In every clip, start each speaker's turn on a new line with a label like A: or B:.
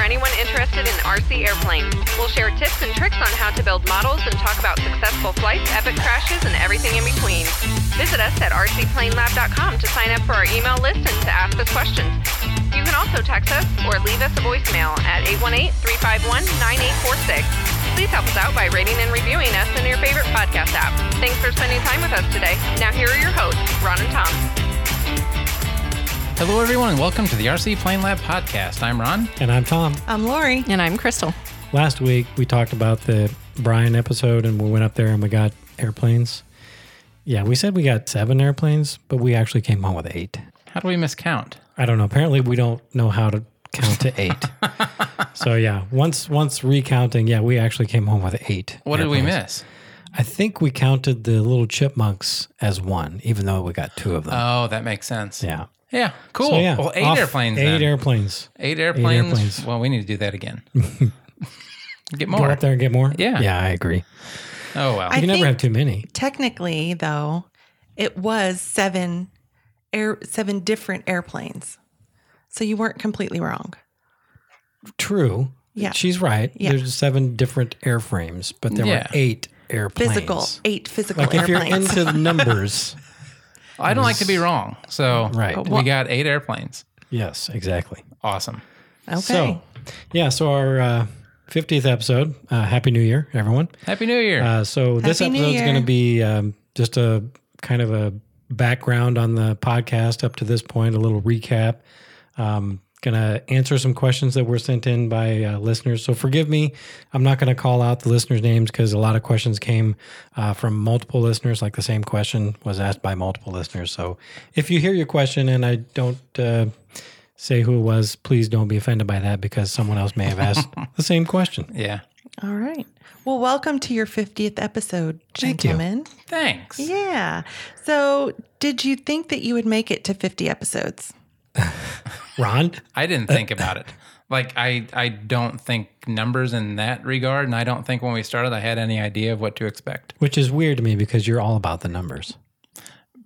A: interested in RC airplanes. We'll share tips and tricks on how to build models and talk about successful flights, epic crashes, and everything in between. Visit us at rcplanelab.com to sign up for our email list and to ask us questions. You can also text us or leave us a voicemail at 818-351-9846. Please help us out by rating and reviewing us in your favorite podcast app. Thanks for spending time with us today. Now here are your hosts, Ron and Tom.
B: Hello, everyone, and welcome to the RC Plane Lab podcast. I'm Ron.
C: And I'm Tom.
D: I'm Um, Lori.
A: And I'm Crystal.
C: Last week we talked about the Brian episode and we went up there and we got airplanes. Yeah, we said we got seven airplanes, but we actually came home with eight.
B: How do we miscount?
C: I don't know. Apparently we don't know how to count to eight. so yeah, once once recounting, yeah, we actually came home with eight.
B: What did we
C: airplanes.
B: miss?
C: I think we counted the little chipmunks as one, even though we got two of them.
B: Oh, that makes sense.
C: yeah.
B: Yeah, cool.
C: So, yeah,
B: Well, eight
C: off-
B: airplanes.
C: Eight
B: then.
C: airplanes.
B: eight airplanes.
C: airplanes.
B: Well, we need to do that again. Get
C: Go
B: more.
C: up there and get more.
B: Yeah.
C: Yeah, I agree.
B: Oh well.
C: You
D: I
C: can never
D: think-
C: have too many.
D: Technically, though, it was seven air seven different airplanes. So you weren't completely wrong.
C: True.
D: Yeah.
C: She's right.
D: Yeah.
C: There's seven different airframes, but there
B: Yeah.
C: were eight airplanes.
D: Physical, eight physical
C: Like if you're
D: airplanes.
C: into the numbers.
B: I don't like to be wrong, so
C: Right.
B: we got eight airplanes.
C: yes, exactly.
B: Awesome.
D: okay.
C: So, yeah, so our uh, 50th episode. Uh, Happy New Year, everyone.
B: Happy New Year.
C: Uh, so this
D: Happy New
C: episode's
D: Year.
C: going to be um, just a kind of a background on the podcast up to this point, a little recap. Um, going to answer some questions that were sent in by uh, listeners. So forgive me, I'm not going to call out the listeners' names because a lot of questions came uh, from multiple listeners. Like the same question was asked by multiple listeners. So if you hear your question and I don't. Uh, Say who it was. Please don't be offended by that because someone else may have asked the same question.
B: yeah.
D: All right. Well, welcome to your 50th episode,
C: Thank you.
D: gentlemen.
B: Thanks.
D: Yeah. So, did you think that you would make it to 50 episodes?
C: Ron,
B: I didn't think about it. Like I, I don't think numbers in that regard, and I don't think when we started I had any idea of what to expect.
C: Which is weird to me because you're all about the numbers.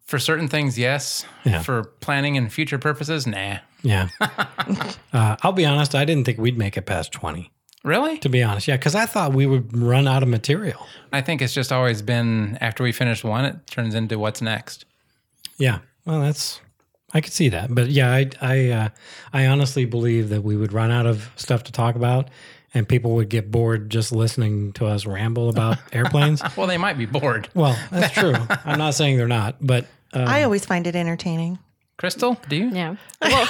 B: For certain things, yes.
C: Yeah.
B: For planning and future purposes, nah.
C: Yeah. uh, I'll be honest, I didn't think we'd make it past 20,
B: Really?
C: to be honest. Yeah, because I thought we would run out of material.
B: I think it's just always been after we finish one, it turns into what's next.
C: Yeah. Well, that's, I could see that. But yeah, I, I, uh, I honestly believe that we would run out of stuff to talk about and people would get bored just listening to us ramble about airplanes.
B: Well, they might be bored.
C: Well, that's true. I'm not saying they're not, but uh,
D: I always find it entertaining.
B: Crystal, do you?
E: Yeah. Well.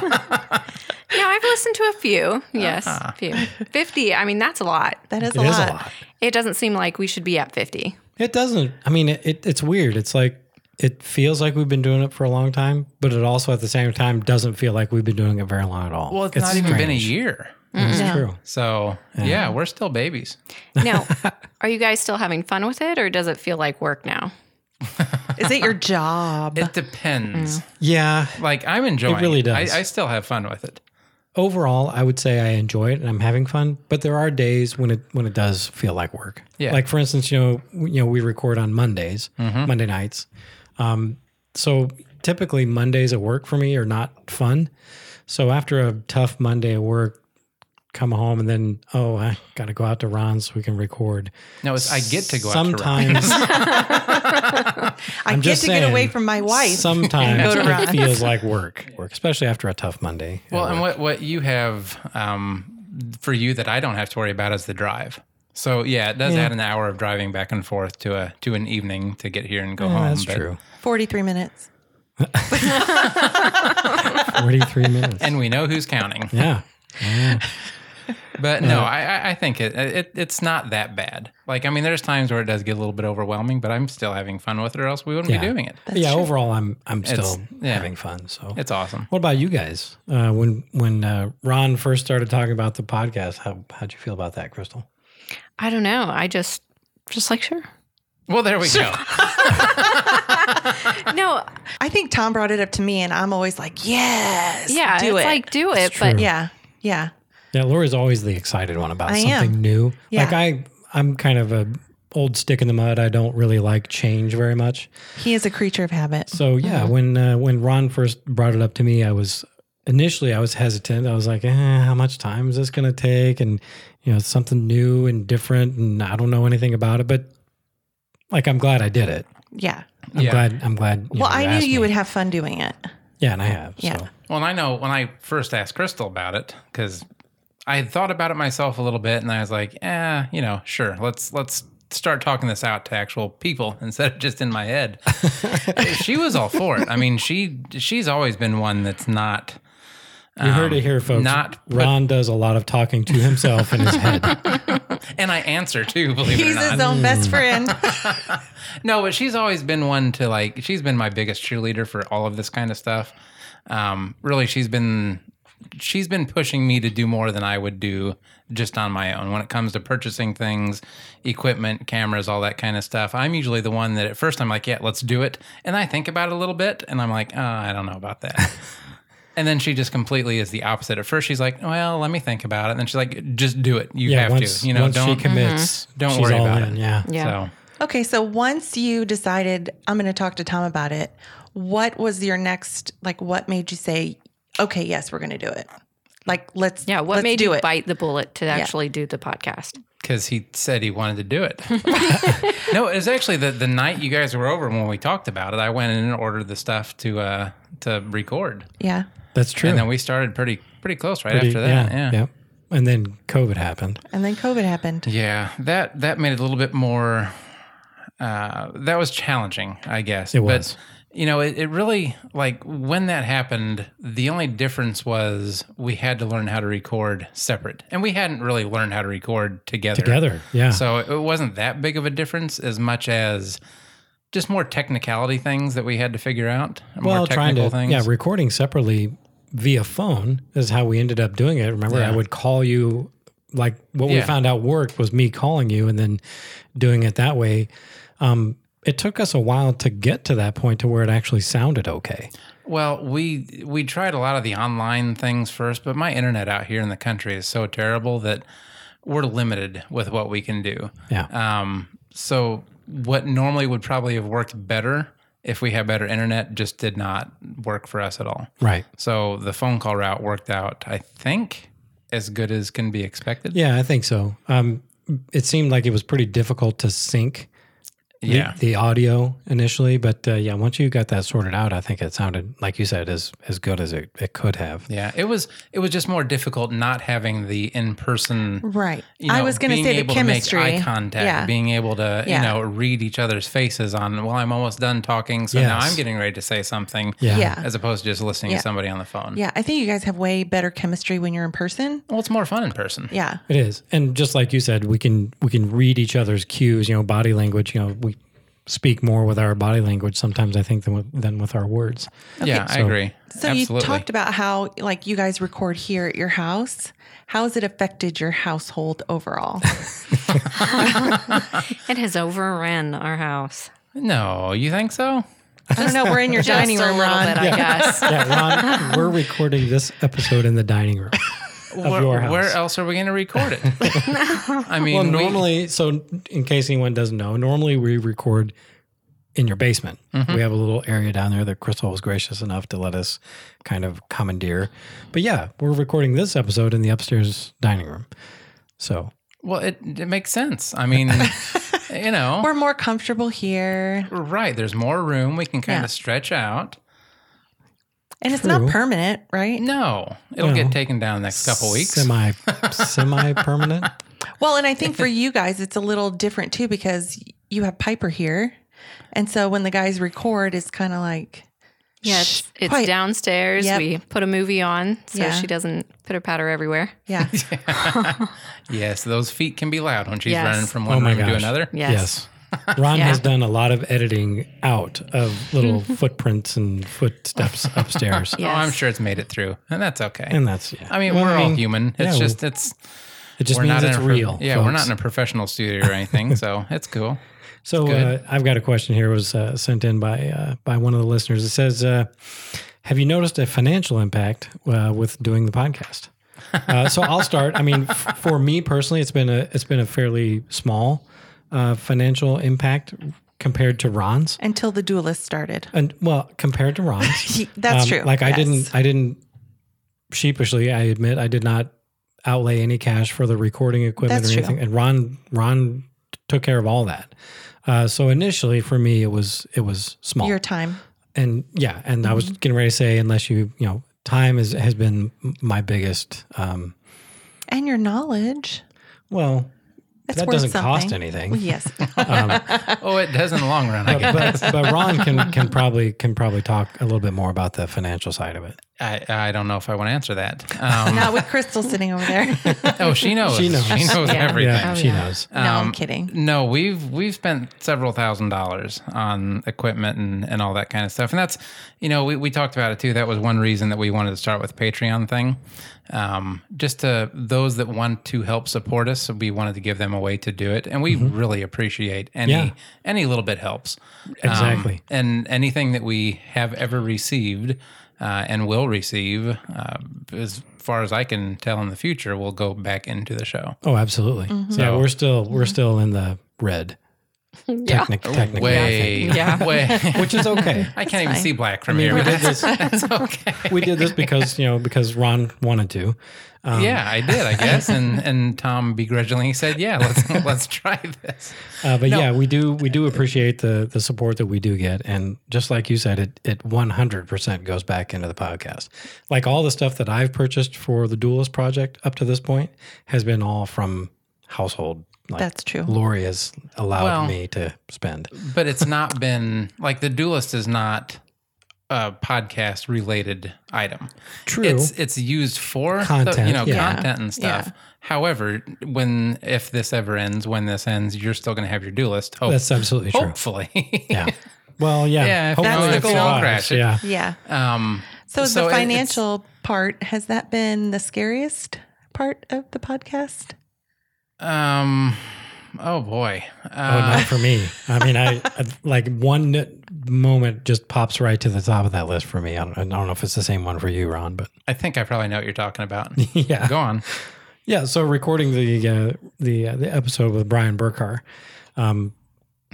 E: no, I've listened to a few. Yes, a few. 50. I mean, that's a lot.
D: That is,
C: it
D: a,
C: is
D: lot.
C: a lot.
E: It doesn't seem like we should be at 50.
C: It doesn't. I mean, it, it, it's weird. It's like it feels like we've been doing it for a long time, but it also at the same time doesn't feel like we've been doing it very long at all.
B: Well, it's, not even been a year.
C: It's
D: No.
C: true.
B: So, yeah. we're still babies.
E: Now, are you guys still having fun with it or does it feel like work now?
D: Is it your job?
B: It depends.
C: Yeah.
B: Like, I'm enjoying
C: really does.
B: I, I still have fun with it.
C: Overall, I would say I enjoy it and I'm having fun, but there are days when it when it does feel like work.
B: Yeah. Mm-hmm.
C: Like for instance, you know, w- you know, we record on Mondays, Monday nights. Um, so typically Mondays at work for me are not fun. So after a tough Monday at work, come home and then oh, I got to go out to Ron's so we can record.
B: No, it's, I get to go out
C: sometimes
D: I
C: I'm
D: get
C: just
D: to get away
C: saying,
D: from my wife.
C: sometimes
D: and go to
C: it
D: Ron's.
C: feels like work work especially after a tough monday
B: to Well, and what, what you have um, for you that I don't have to worry about is the drive. So, yeah, it does add an hour of driving back and forth to a to an evening to get here and go home.
C: that's
B: um, but-
C: true
D: 43 minutes.
C: 43 minutes
B: And we know who's counting.
C: yeah
B: But no, I, I- I think it, it it's not that bad. Like I mean, there's times where it does get a little bit overwhelming, but I'm still having fun with it, or else we wouldn't be
C: Yeah.
B: doing it.
C: yeah overall i'm i'm still
B: yeah.
C: having fun so
B: It's awesome.
C: what about you guys uh when when uh ron first started talking about the podcast how how'd you feel about that crystal
E: I don't know. I just, just like, sure.
B: Well, there we go.
E: No,
D: I think Tom brought it up to me, and I'm always like, yes.
E: yeah,
D: do
E: it's
D: it.
E: like, do it.
C: It's
E: But
C: true.
D: yeah, yeah.
C: yeah lori's always the excited one about
D: I am.
C: something new
D: Yeah.
C: like i i'm kind of a old stick in the mud i don't really like change very much
D: He is a creature of habit.
C: So yeah, when uh, when Ron first brought it up to me, I was initially I was hesitant. I was like, eh, how much time is this going to take? And, you know, it's something new and different. And I don't know anything about it, but like, I'm glad I did it.
D: Yeah.
C: I'm
B: Yeah.
C: glad. I'm glad. you
D: Well,
C: know,
D: I
C: you
D: knew
C: asked
D: you
C: me.
D: would have fun doing it.
C: Yeah. And I have.
D: Yeah.
C: So.
B: Well, and I know when I first asked Crystal about it, because I had thought about it myself a little bit, and I was like, "Eh, you know, sure. Let's let's start talking this out to actual people instead of just in my head." she was all for it. I mean, she she's always been one that's not.
C: You heard it here, folks.
B: Um, not-
C: Ron does a lot of talking to himself in his head.
B: And I answer too, believe it or
D: He's
B: not.
D: his own best friend.
B: No, but she's always been one to like. She's been my biggest cheerleader for all of this kind of stuff. Um, really, she's been she's been pushing me to do more than I would do just on my own when it comes to purchasing things, equipment, cameras, all that kind of stuff. I'm usually the one that at first I'm like, yeah, let's do it, and I think about it a little bit, and I'm like, oh, I don't know about that. And then she just completely is the opposite. At first, she's like, "Well, let me think about it." And then she's like, "Just do it. You
C: Yeah.
B: have
C: once
B: to. You know,
C: once
B: don't
C: she commits,
D: Mm-hmm.
B: don't
C: she's
B: worry
C: all
B: about
C: in,
B: it."
C: Yeah.
E: Yeah.
B: So,
D: Okay, so once you decided I'm going to talk to Tom about it, what was your next like what made you say, "Okay, yes, we're going to do it." Like let's
E: Yeah. What
D: let's
E: made
D: do
E: you
D: it.
E: bite the bullet to actually do the podcast?
B: because he said he wanted to do it. no, it was actually the, the night you guys were over when we talked about it. I went in and ordered the stuff to uh, to record,
D: Yeah.
C: That's true.
B: and then we started pretty pretty close right
C: Pretty-
B: after that. Yeah, yeah.
C: yeah. And then COVID happened.
D: And then COVID happened.
B: that that made it a little bit more. Uh, that was challenging, I guess.
C: It was.
B: But, you know, it, it really like when that happened. The only difference was we had to learn how to record separate, and we hadn't really learned how to record
C: Together. Yeah.
B: So it wasn't that big of a difference as much as just more technicality things that we had to figure out.
C: well,
B: more
C: trying
B: technical
C: to
B: things.
C: yeah, recording separately via phone is how we ended up doing it. Remember, I would call you. Like what we
B: Yeah.
C: found out worked was me calling you and then doing it that way. Um, it took us a while to get to that point to where it actually sounded okay.
B: well, we we tried a lot of the online things first, but my internet out here in the country is so terrible that we're limited with what we can do.
C: Yeah.
B: Um, so what normally would probably have worked better if we had better internet just did not work for us at all.
C: Right.
B: So the phone call route worked out, I think, as good as can be expected.
C: Yeah, I think so. Um, it seemed like it was pretty difficult to sync the,
B: Yeah.
C: the audio initially, but uh, yeah, once you got that sorted out, I think it sounded like you said as as good as it, it could have.
B: Yeah, it was it was just more difficult not having the in person.
D: Right. I was going to say the chemistry.
B: to make eye contact,
D: Yeah.
B: being able to
D: Yeah.
B: you know read each other's faces on. Well, I'm almost done talking, so now
C: Yes.
B: I'm getting ready to say something.
C: Yeah.
D: yeah.
B: as opposed to just listening
D: Yeah.
B: to somebody on the phone.
D: Yeah, I think you guys have way better chemistry when you're in person.
B: well, it's more fun in person.
D: Yeah.
C: It is, and just like you said, we can we can read each other's cues. You know, body language. You know, we speak more with our body language sometimes. I think than with, than with our words.
B: Yeah, I
C: So-
B: agree.
D: So
B: Absolutely.
D: you talked about how like you guys record here at your house. How has it affected your household overall?
E: It has overrun our house.
B: no, you think so?
D: I don't know. We're in your
E: Just
D: dining
E: a
D: room,
E: little
D: Ron.
E: bit, I guess.
C: Yeah, Ron, we're recording this episode in the dining room.
B: where,
C: your house.
B: where else are we going to record it? I mean,
C: Well,
B: we-
C: normally, so in case anyone doesn't know, normally we record in your basement.
B: Mm-hmm.
C: We have a little area down there that Crystal was gracious enough to let us kind of commandeer. But yeah, we're recording this episode in the upstairs dining room. So
B: well, it, it makes sense. I mean, you know,
D: We're more comfortable here,
B: right? There's more room. We can kind
D: Yeah.
B: of stretch out.
D: and it's
C: True.
D: not permanent, right?
B: No, it'll
C: Well,
B: get taken down next couple weeks.
C: semi semi permanent.
D: Well, and I think for you guys, it's a little different too because you have Piper here, and so when the guys record, it's kind of like
E: Yeah, it's, it's
D: Quiet.
E: downstairs.
D: Yep.
E: We put a movie on so
D: Yeah.
E: she doesn't pitter patter everywhere.
D: yeah,
B: yes, those feet can be loud when she's
E: Yes.
B: running from
C: Oh
B: one
C: my
B: room to
C: gosh.
B: another.
E: Yes.
C: Ron
E: Yeah.
C: has done a lot of editing out of little footprints and footsteps upstairs.
E: Yeah.
B: Oh, I'm
E: Yes.
B: sure it's made it through, and that's okay.
C: And that's yeah.
B: I mean,
C: Well,
B: we're all
C: mean,
B: human. It's
C: yeah,
B: just it's
C: it just
B: we're
C: means
B: not
C: it's
B: in a pro-
C: real.
B: yeah, we're
C: folks.
B: not in a professional studio or anything, so it's cool.
C: So uh,
B: good.
C: I've got a question here. It was uh, sent in by uh, by one of the listeners. It says, uh, "Have you noticed a financial impact uh, with doing the podcast?" Uh, so I'll start. I mean, f- for me personally, it's been a it's been a fairly small uh, financial impact compared to Ron's,
D: until the duelist started.
C: and well, compared to Ron's,
D: That's
C: Um,
D: true.
C: Like I
D: Yes.
C: didn't I didn't sheepishly, I admit I did not outlay any cash for the recording equipment
D: That's
C: or
D: true.
C: anything. And Ron Ron took care of all that. Uh, so initially for me it was it was small.
D: Your Mm-hmm. time.
C: and yeah, and I was getting ready to say unless you, you know, time is has been my biggest um
D: And your knowledge.
C: well,
D: That's
C: that
D: worth
C: doesn't cost
D: something.
C: anything.
D: Well, yes.
B: Oh, it does in the long run. I guess.
C: but, but Ron can can probably can probably talk a little bit more about the financial side of it.
B: I, I don't know if I want to answer that. Um,
D: Not with Crystal sitting over there.
B: Oh, she knows.
C: She
B: She
C: knows.
B: knows.
E: Yeah.
B: everything.
C: Yeah,
E: Oh,
C: she
E: yeah.
C: knows.
D: no, I'm
B: Um,
D: kidding.
B: No, we've we've spent several thousand dollars on equipment and, and all that kind of stuff. And that's you know, we, we talked about it too. That was one reason that we wanted to start with Patreon thing. Um, just to those that want to help support us, we wanted to give them a way to do it. And we really appreciate any
C: Mm-hmm. Yeah.
B: any little bit helps. Um,
C: Exactly.
B: and anything that we have ever received uh, and will receive, uh, as far as I can tell in the future, will go back into the show.
C: Oh, absolutely. So yeah,
B: So-
C: we're still
B: Mm-hmm.
C: we're still in the red.
E: Yeah.
C: Technic- technically,
B: Way,
E: Yeah.
B: way.
C: I think. which is okay.
B: I can't even
D: fine.
B: see black from here,
C: we
B: but
C: did
B: that's, that's okay.
C: We did this because you know because Ron wanted to. Um,
B: yeah, I did, I guess. And and Tom begrudgingly said, "Yeah, let's let's try this."
C: uh, but
B: No.
C: yeah, we do we do appreciate the the support that we do get, and just like you said, it it one hundred percent goes back into the podcast. Like all the stuff that I've purchased for the Duelist project up to this point has been all from household. Like
D: That's true.
C: Lori has allowed
B: Well-
C: me to spend.
B: But it's not been like the Duelist is not a podcast related item.
C: True.
B: It's it's used for the-
C: Content,
B: you know,
C: yeah.
B: content and stuff.
D: Yeah.
B: However, when if this ever ends, when this ends, you're still going to have your Duelist. Hope,
C: That's absolutely true.
B: hopefully.
C: Yeah. Well, yeah.
B: Yeah, if
C: Hopefully
D: that's the
C: it
D: goal.
C: survives.
B: Crash it.
C: Yeah.
D: Yeah.
B: um, So it-
D: So, the
B: it's-
D: financial part has that been the scariest part of the podcast?
B: um, oh boy.
C: Oh,
B: Uh,
C: not for me. I mean, I, I like one n- moment just pops right to the top of that list for me. I don't, I don't know if it's the same one for you, Ron, but
B: I think I probably know what you're talking about.
C: yeah,
B: Go on.
C: yeah. So recording the uh, the uh, the episode with Brian Burkar, um,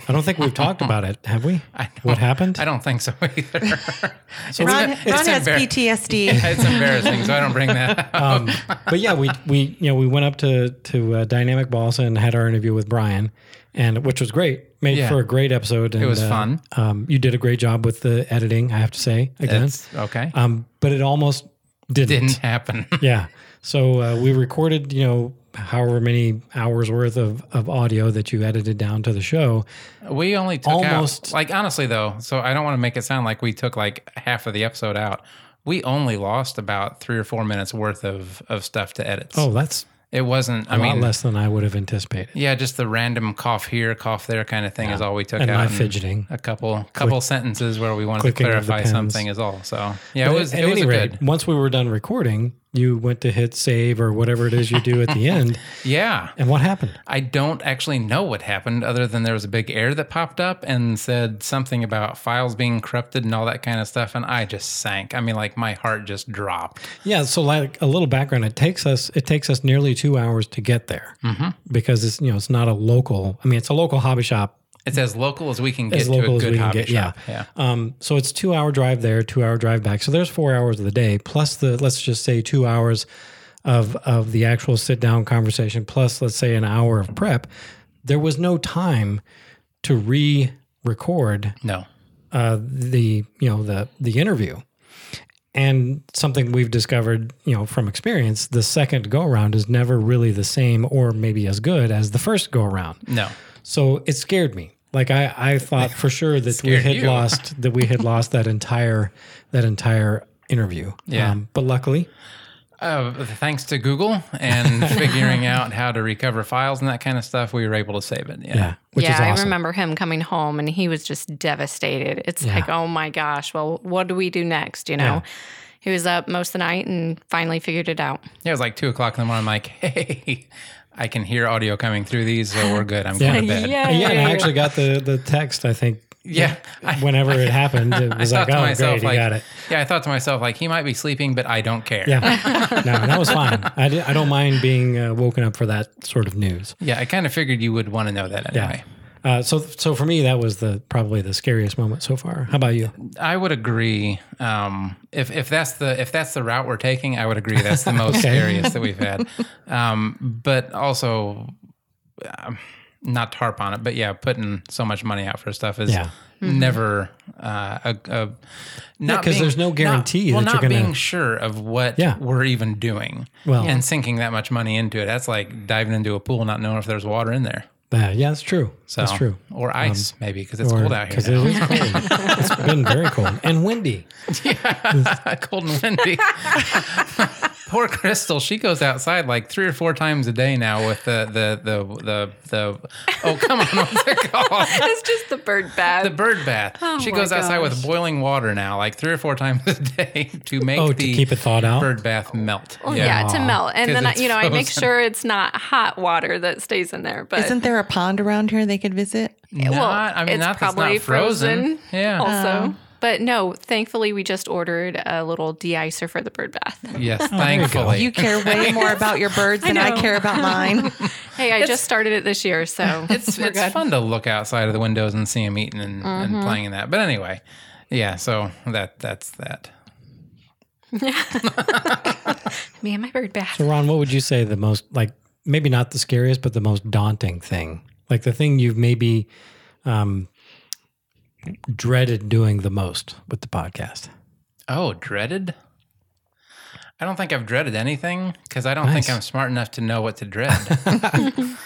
C: I don't think we've talked about it, have we?
B: I know.
C: What happened?
B: I don't think so either. It's-
D: Ron,
B: it's
D: Ron has
B: embar-
D: PTSD.
B: It's embarrassing, so I don't bring that up.
C: um, but yeah, we we you know we went up to to uh, Dynamic Balsa and had our interview with Brian, and which was great, made
B: Yeah.
C: for a great episode. And,
B: was
C: uh,
B: fun.
C: Um, you did a great job with the editing, I have to say. Again,
B: That's okay.
C: um, but it almost didn't.
B: Didn't happen.
C: Yeah. So uh, we recorded, you know, however many hours worth of, of audio that you edited down to the show.
B: We only took
C: Almost.
B: out, like, honestly, though, so I don't want to make it sound like we took like half of the episode out. We only lost about three or four minutes worth of, of stuff to edit.
C: Oh, that's
B: it wasn't,
C: a
B: I mean,
C: lot less than I would have anticipated.
B: yeah, just the random cough here, cough there kind of thing is all we took
C: And
B: out.
C: my fidgeting.
B: A couple couple sentences where we wanted to
C: clicking of the
B: clarify
C: pens.
B: something is all. So, yeah,
C: But
B: it was,
C: at
B: it was
C: any
B: a
C: rate,
B: good.
C: once we were done recording, you went to hit save or whatever it is you do at the end.
B: Yeah.
C: And what happened?
B: I don't actually know what happened other than there was a big error that popped up and said something about files being corrupted and all that kind of stuff. And I just sank. I mean, like my heart just dropped.
C: Yeah, so like a little background, it takes us it takes us nearly two hours to get there
B: Mm-hmm.
C: because it's you know it's not a local. I mean, it's a local hobby shop
B: It's as local as we can get
C: as local
B: to a
C: as
B: good
C: we can
B: hobby
C: get.
B: shop.
C: Yeah. Um, so it's two hour drive there, two hour drive back. So there's four hours of the day plus the let's just say two hours of of the actual sit down conversation plus let's say an hour of prep. There was no time to re record
B: No.
C: uh, the you know the the interview. And something we've discovered, you know, from experience, the second go around is never really the same or maybe as good as the first go around.
B: No.
C: So it scared me. Like I, I thought for sure that we
B: Scared
C: had
B: you.
C: lost that we had lost that entire that entire interview. Um,
B: Yeah.
C: but luckily,
B: Uh, thanks to Google and figuring out how to recover files and that kind of stuff, we were able to save it. Yeah.
C: yeah, which
E: yeah,
C: is awesome.
E: I remember him coming home and he was just devastated. It's like, oh my gosh, well, what do we do next? You know, he was up most of the night and finally figured it out.
B: Yeah, It was like two o'clock in the morning. I'm like, hey, I can hear audio coming through these, so we're good. I'm going to bed.
E: Yeah.
C: And Uh, yeah, and I actually got the the text. I think
B: Yeah. I-
C: whenever it happened, it was like, oh great,
B: like,
C: you got it.
B: yeah, I thought to myself, like, he might be sleeping, but I don't care.
C: Yeah, no, that was fine. I, di- I don't mind being uh, woken up for that sort of news.
B: Yeah, I kind of figured you would want to know that
C: Yeah.
B: anyway.
C: Uh, so, so for me, that was the probably the scariest moment so far. How about you?
B: I would agree. Um, if if that's the if that's the route we're taking, I would agree that's the most
C: Okay.
B: scariest that we've had. Um, but also, um, not to harp on it, but yeah, putting so much money out for stuff is
C: Yeah.
B: never uh, a, a not
C: 'cause
B: being-
C: there's no
B: not-
C: guarantee
B: well,
C: that
B: not
C: you're gonna-
B: being sure of what
C: Yeah.
B: we're even doing.
C: Well-
B: and sinking that much money into it, that's like diving into a pool not knowing if there's water in there.
C: Uh, yeah, that's true.
B: So,
C: that's true. Um,
B: Or ice, maybe, because it's
C: Or-
B: cold out
C: 'cause
B: here. now.
C: It is cold. it's been very cold and windy.
B: cold and windy. Poor Crystal, she goes outside like three or four times a day now with the the the the, the oh come on, what's it called?
E: It's just the bird
B: The
E: bath.
B: bird bath.
C: Oh
B: she
E: my
B: goes outside with
E: gosh.
B: boiling water now, like three or four times a day to make
C: Oh, to
B: the
C: keep it thawed out?
B: bird bath melt.
E: Well, yeah. to melt, and
B: 'Cause
E: then I,
B: it's
E: you know I make
B: frozen.
E: sure it's not hot water that stays in there. But
D: Isn't there a pond around here they could visit?
B: Not,
E: well,
B: I mean,
E: it's
B: not, that's
E: probably
B: not frozen.
E: frozen. Oh.
B: Yeah.
E: also. But no, thankfully we just ordered a little de-icer for the bird bath.
B: yes,
C: you go.
B: thankfully.
D: You care way more about your birds than I,
E: know.
D: care about mine.
E: Hey, I just started it this year, so
B: it's it's fun to look outside of the windows and see them eating and,
E: Mm-hmm.
B: and playing in that. But anyway, yeah. So that that's that.
E: me and my bird bath.
C: So, Ron, what would you say the most like maybe not the scariest, but the most daunting thing? Like the thing you've maybe um, dreaded doing the most with the podcast.
B: Oh, dreaded? I don't think I've dreaded anything because I don't
C: Nice.
B: think I'm smart enough to know what to dread.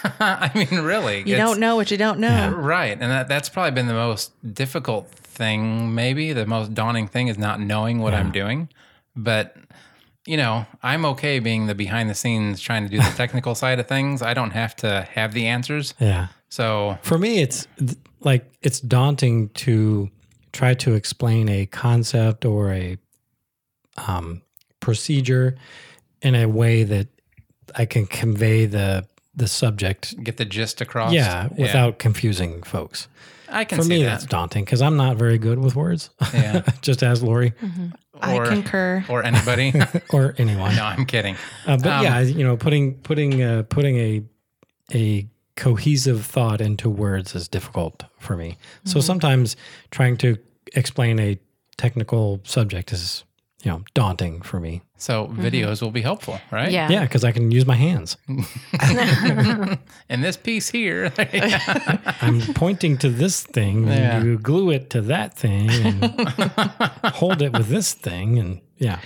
B: I mean, really.
D: You don't know what you don't know.
B: Right. And that, that's probably been the most difficult thing, maybe the most daunting thing is not knowing what I'm doing. But, you know, I'm okay being the behind the scenes trying to do the technical side of things. I don't have to have the answers.
C: Yeah.
B: So,
C: For me, it's th- like it's daunting to try to explain a concept or a um, procedure in a way that I can convey the the subject.
B: get the gist across.
C: Yeah, without confusing folks.
B: I can
C: For
B: see
C: me, that's
B: that.
C: daunting because I'm not very good with words.
B: Yeah.
C: Just as Lori
D: I concur.
B: Or anybody. no, Um,
C: or anyone.
B: I'm kidding.
C: Uh, but yeah, you know, putting putting uh, putting a a cohesive thought into words is difficult for me.
B: Mm-hmm.
C: So sometimes trying to explain a technical subject is you know daunting for me.
B: So videos will be helpful, right?
E: Yeah.
C: Yeah, because I can use my hands.
B: And this piece here,
C: I'm pointing to this thing,
B: Yeah.
C: and you glue it to that thing, and hold it with this thing, and yeah,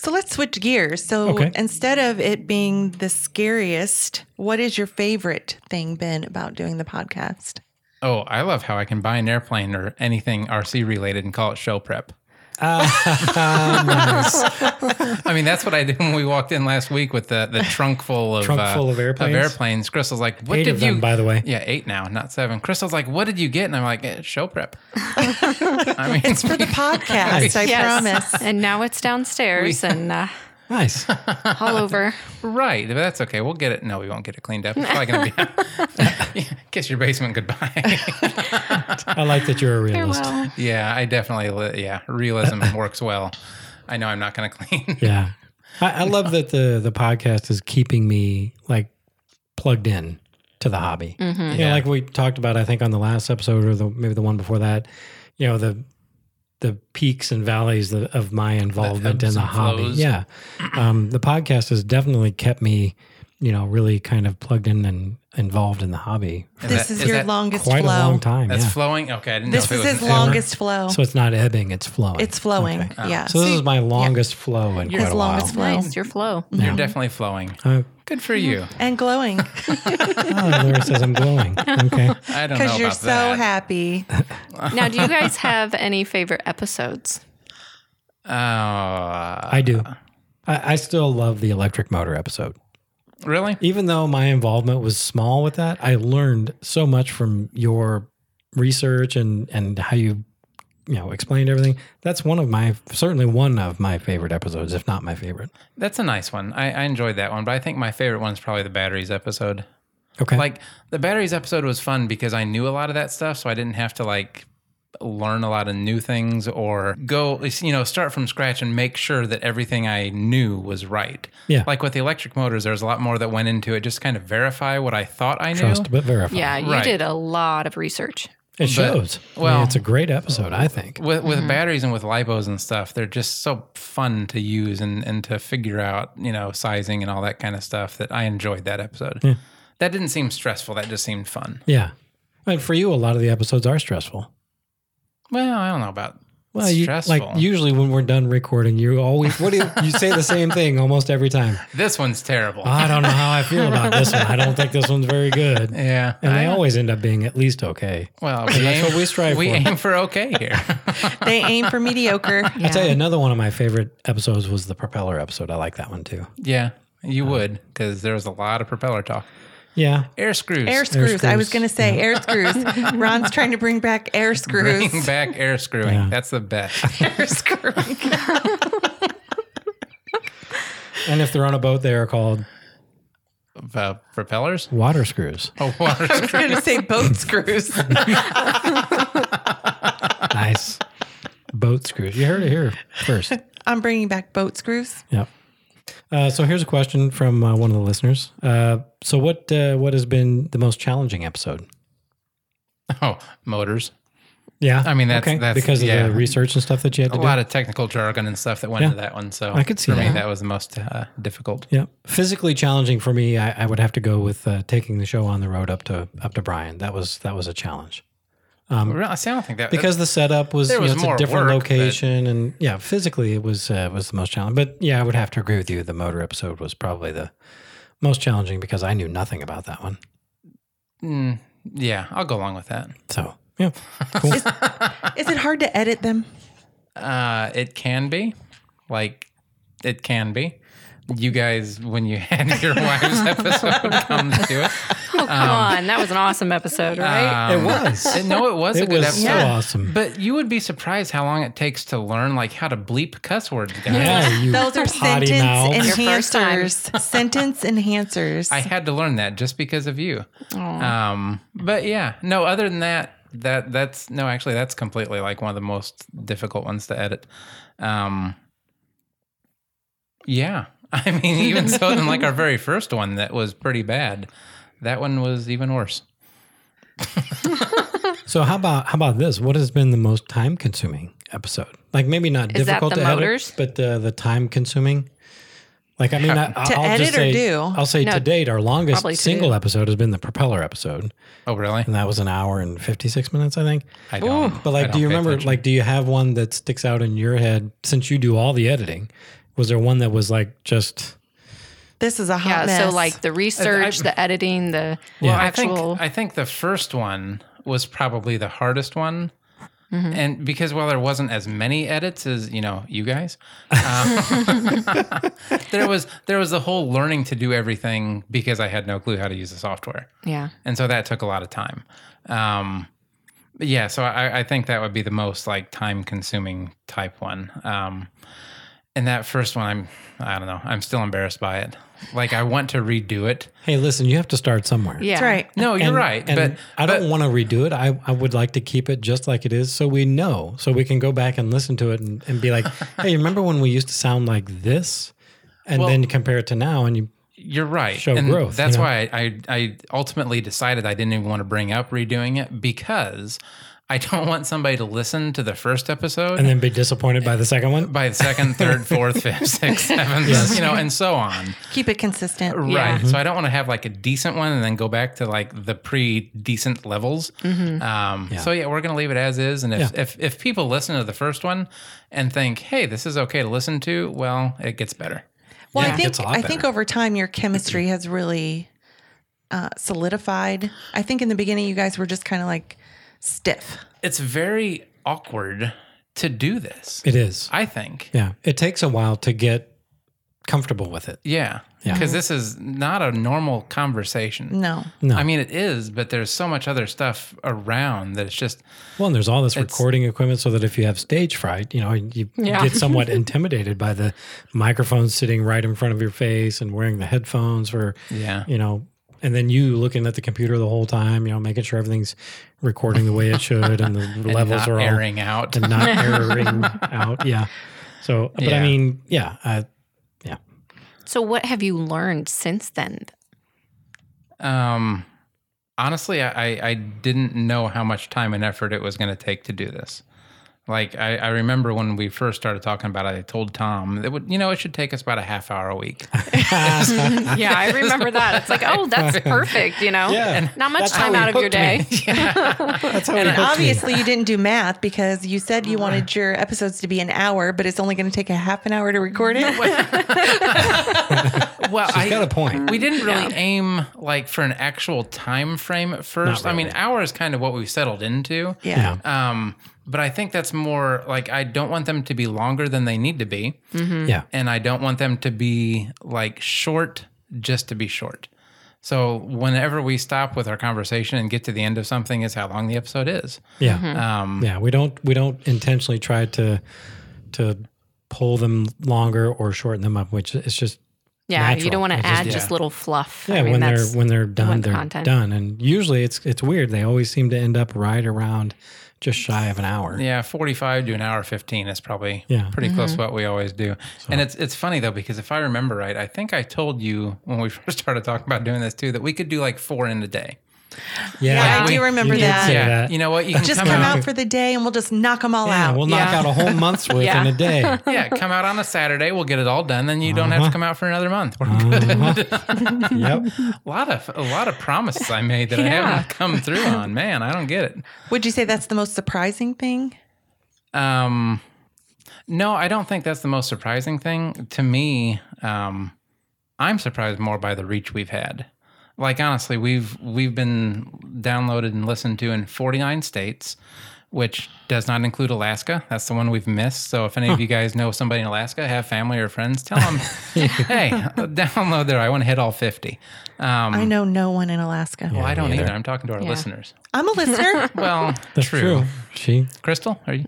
D: So let's switch gears. So
C: Okay.
D: instead of it being the scariest, what is your favorite thing been about doing the podcast?
B: oh, I love how I can buy an airplane or anything RC related and call it show prep. I mean, that's what I did when we walked in last week with the, the trunk full of
C: Trunk full of airplanes?
B: airplanes. Crystal's like, "What
C: Eight
B: did
C: of
B: you?"
C: them, by the way.
B: yeah, eight now, not seven. Crystal's like, "What did you get?" And I'm like, eh, "Show prep." I mean, it's
D: For the podcast, I promise.
E: And now it's downstairs and uh,
C: Nice.
E: all over.
B: Right, but that's okay. We'll get it. No, we won't get it cleaned up. It's probably gonna be kiss your basement goodbye.
C: I like that you're a realist.
E: Farewell.
B: yeah, I definitely. Li- yeah, realism works well. I know I'm not gonna clean.
C: Yeah. I, I love that the the podcast is keeping me like plugged in to the hobby.
D: Mm-hmm.
E: Mm-hmm.
C: You know,
B: Yeah.
C: like we talked about, I think on the last episode or the maybe the one before that, you know, the the peaks and valleys that- of my involvement in
B: ebbs
C: the
B: and
C: hobby.
B: flows.
C: Yeah. Um, the podcast has definitely kept me, you know, really kind of plugged in and involved in the hobby for
D: This
B: is
D: is
B: that-
D: your
B: that
D: longest
C: quite
D: flow.
C: a long time.
B: That's
C: yeah.
B: flowing. Okay, I didn't
D: This
B: know
D: is
B: if it was.
D: his longest flow.
C: so it's not ebbing, it's flowing.
D: it's flowing. Yeah.
C: so this is my longest flow in quite
D: his
C: a while.
D: longest flow.
E: Nice, your flow.
B: You're definitely flowing.
C: Uh,
B: Good for
D: Mm-hmm.
B: you.
D: And glowing
C: oh, Laura says I'm glowing. Okay.
B: I don't know
D: because
B: about
D: you're so
B: that.
D: happy.
E: Now, do you guys have any favorite episodes?
B: Oh,
C: I do. I, I still love the electric motor episode.
B: really?
C: Even though my involvement was small with that, I learned so much from your research and and how you you know explained everything. That's one of my certainly one of my favorite episodes, if not my favorite.
B: That's a nice one. I, I enjoyed that one, but I think my favorite one is probably the batteries episode.
C: Okay.
B: Like the batteries episode was fun because I knew a lot of that stuff, so I didn't have to like learn a lot of new things or go you know start from scratch and make sure that everything i knew was right
C: Yeah.
B: like with the electric motors there's a lot more that went into it just kind of verify what i thought i knew
C: Trust but verify.
E: Yeah, you
B: Right.
E: did a lot of research.
C: It shows. Well,
B: well-
C: it's a great episode, I think.
B: with, with batteries and with lipos and stuff they're just so fun to use and, and to figure out you know sizing and all that kind of stuff that i enjoyed that episode that didn't seem stressful that just seemed fun
C: Yeah. And for you, a lot of the episodes are stressful.
B: well i don't know about
C: Well, you,
B: stressful
C: like usually when we're done recording, you always what do you, you say the same thing almost every time.
B: this one's terrible
C: I don't know how I feel about this one. I don't think this one's very good.
B: yeah
C: And
B: I-
C: they always end up being at least okay.
B: well we
C: that's
B: aim-
C: what we strive
B: we
C: for.
B: aim for okay here
D: They aim for mediocre.
E: Yeah.
C: I tell you, another one of my favorite episodes was the propeller episode. I like that one too.
B: Yeah, you would, because there was a lot of propeller talk.
C: Yeah.
B: Air screws.
D: Air screws. I
C: screws.
D: was going to say air screws. Ron's trying to bring back air screws.
B: Bring back air screwing. That's the best.
D: air screwing.
C: And if they're on a boat, they are called
B: uh, propellers?
C: water screws.
B: Oh, water screw.
D: going to say boat screws.
C: Nice. boat screws. You heard it here first.
D: I'm bringing back boat screws.
C: Yep. Uh, so here's a question from uh, one of the listeners. Uh, so what uh, what has been the most challenging episode?
B: Oh, motors.
C: Yeah,
B: I mean, that's- that's-
C: because of
B: yeah. Oh,
C: the research and stuff that you had
B: A
C: to do.
B: lot of technical jargon and stuff that went
C: Yeah.
B: into that one. So
C: I could see
B: for me,
C: that.
B: that was the most uh, difficult.
C: yeah, physically challenging for me. I, I would have to go with uh, taking the show on the road up to up to Brian. That was that was a challenge
B: Really, I don't think that
C: because the setup was,
B: Uh, There
C: you
B: was
C: know, it's a
B: more
C: different
B: work, but-
C: location and yeah, physically it was uh, was the most challenging. But yeah, I would have to agree with you. The motor episode was probably the most challenging because I knew nothing about that one.
B: Mm, yeah, I'll go along with that.
C: So yeah, cool.
D: Is it hard to edit them?
B: Uh, it can be, like, it can be. You guys, when you had your wives episode comes to it,
E: Oh, come on. That was an awesome episode, right?
B: Um,
C: It was.
B: No, it was a
C: it
B: good
C: was
B: episode.
C: so
D: Yeah.
C: awesome.
B: But you would be surprised how long it takes to learn like how to bleep cuss words, guys.
C: yeah, you
D: Those are
C: potty
D: sentence
C: mouth.
E: Your first time.
D: enhancers. sentence enhancers.
B: I had to learn that just because of you. Um, but yeah, no. Other than that, that that's no. Actually, that's completely like one of the most difficult ones to edit. Um, yeah, I mean, even so, than like our very first one that was pretty bad. That one was even worse.
C: So how about how about this? What has been the most time consuming episode? Like maybe not
E: Is that
C: difficult
E: the
C: to
E: motors?
C: edit, but uh, the time consuming. Like I mean, I,
D: To
C: I'll
D: edit
C: just
D: or
C: say,
D: do?
C: I'll say
E: No,
C: to date, our longest
E: probably to
C: single
E: do.
C: episode has been the propeller episode,
B: Oh, really?
C: and that was an hour and fifty six minutes, I think.
B: I don't.
C: But
B: I
C: like, do
B: don't
C: you
B: pay
C: remember?
B: attention.
C: Like, do you have one that sticks out in your head since you do all the editing? Was there one that was like just
D: this is a hot
E: yeah.
D: mess.
E: So, like the research, the editing, the
C: Yeah.
B: I think
E: actual.
B: I think the first one was probably the hardest one. And because while there wasn't as many edits as you know you guys, um, there was there was the whole learning to do everything because I had no clue how to use the software,
E: yeah.
B: and so that took a lot of time. Um, but yeah, so I, I think that would be the most like time consuming type one. Um, and that first one, I'm I don't know, I'm still embarrassed by it. Like I want to redo it.
C: hey, listen, you have to start somewhere.
E: Yeah.
D: That's right.
B: No, you're
C: And-
B: right,
C: and
B: but
C: I don't want to redo it. I, I would like to keep it just like it is so we know, so we can go back and listen to it and, and be like, hey, remember when we used to sound like this? And then compare it to now. And you,
B: You're right.
C: show
B: and
C: growth,
B: That's
C: you know?
B: why I, I I ultimately decided I didn't even want to bring up redoing it because I don't want somebody to listen to the first episode
C: and then be disappointed by the second one.
B: by the second, third, fourth, fifth, sixth, seventh, you know, and so on.
D: Keep it consistent.
B: Right.
C: Mm-hmm.
B: So I don't want to have like a decent one and then go back to like the pre decent levels. Um, So yeah, we're going to leave it as is. And if, if, if people listen to the first one and think, hey, this is okay to listen to, well, it gets better.
D: Well,
C: Yeah,
D: I
C: it
D: think
C: gets a lot
D: I think
C: better.
D: over time your chemistry has really uh, solidified. I think in the beginning you guys were just kind of like stiff.
B: It's very awkward to do this.
C: It is.
B: I think.
C: Yeah. It takes a while to get comfortable with it.
B: Yeah.
C: Yeah.
B: Because this is not a normal conversation.
D: No,
C: No.
B: I mean, it is, but there's so much other stuff around that it's just,
C: Well, and there's all this recording equipment so that if you have stage fright, you know, you
E: Yeah.
C: get somewhat intimidated by the microphone sitting right in front of your face and wearing the headphones for,
B: yeah.
C: you know, And then you looking at the computer the whole time, you know, making sure everything's recording the way it should and the
B: And
C: levels
B: not
C: are all
B: airing out.
C: and not erroring out. Yeah. So, but I
B: Yeah.
C: mean, yeah, I,
E: So, what have you learned since then?
B: Um, honestly, I, I- I didn't know how much time and effort it was going to take to do this. Like I, I remember when we first started talking about it, I told Tom that would you know it should take us about a half hour a week.
E: yeah, I remember that. It's like, oh, that's perfect, you know?
C: Yeah.
E: Not much
C: That's how
E: time
C: he
E: out of your
C: hooked
E: day.
C: me.
B: That's
C: how he hooked Mm. me.
D: Obviously, you didn't do math because you said you wanted your episodes to be an hour, but it's only going to take a half an hour to record it.
B: well,
C: she's
B: I,
C: got a point.
B: we didn't really aim like for an actual time frame at first. I mean, hour is kind of what we settled into.
D: Yeah.
B: Um, but I think that's more like I don't want them to be longer than they need to be,
C: Yeah.
B: and I don't want them to be like short just to be short. So whenever we stop with our conversation and get to the end of something, is how long the episode is.
C: Yeah.
B: Um,
C: Yeah. We don't, we don't intentionally try to, to pull them longer or shorten them up, which it's just,
E: Yeah, you
C: Natural.
E: don't want to
C: It's
E: add
B: yeah.
E: just little fluff.
C: yeah,
E: I mean,
C: when they're,
E: that's,
C: when they're done,
E: want the
C: they're
E: content.
C: done. And usually it's, it's weird. They always seem to end up right around just shy of an hour.
B: Yeah, forty-five to an hour fifteen is probably
C: Yeah.
B: pretty close to what we always do. And it's it's funny though because if I remember right, I think I told you when we first started talking about doing this too that we could do like four in a day.
D: Yeah, I
B: do
D: remember
C: you did
D: that.
C: say
B: yeah, you know what? You can
D: Just
B: come, out.
D: for the day and we'll just knock them all
C: yeah,
D: out.
C: we'll knock
E: Yeah.
C: out a whole month's worth
E: Yeah.
C: in a day.
B: yeah, come out on a Saturday. We'll get it all done. Then you don't have to come out for another month. We're good.
C: Yep.
B: A lot of a lot of promises I made that I haven't come through on. Man, I don't get it.
D: Would you say that's the most surprising thing?
B: Um, no, I don't think that's the most surprising thing to me. Um, I'm surprised more by the reach we've had. Like honestly, we've we've been downloaded and listened to in 49 states, which does not include Alaska. That's the one we've missed. So if any of you guys know somebody in Alaska, have family or friends, tell them, hey, download there. I want to hit all 50.
C: Mm.
B: Um,
D: I know no one in Alaska.
B: well, I don't either. I'm talking to our listeners.
D: I'm a listener.
B: Well,
C: That's
B: true.
C: true. She
B: Crystal, are you?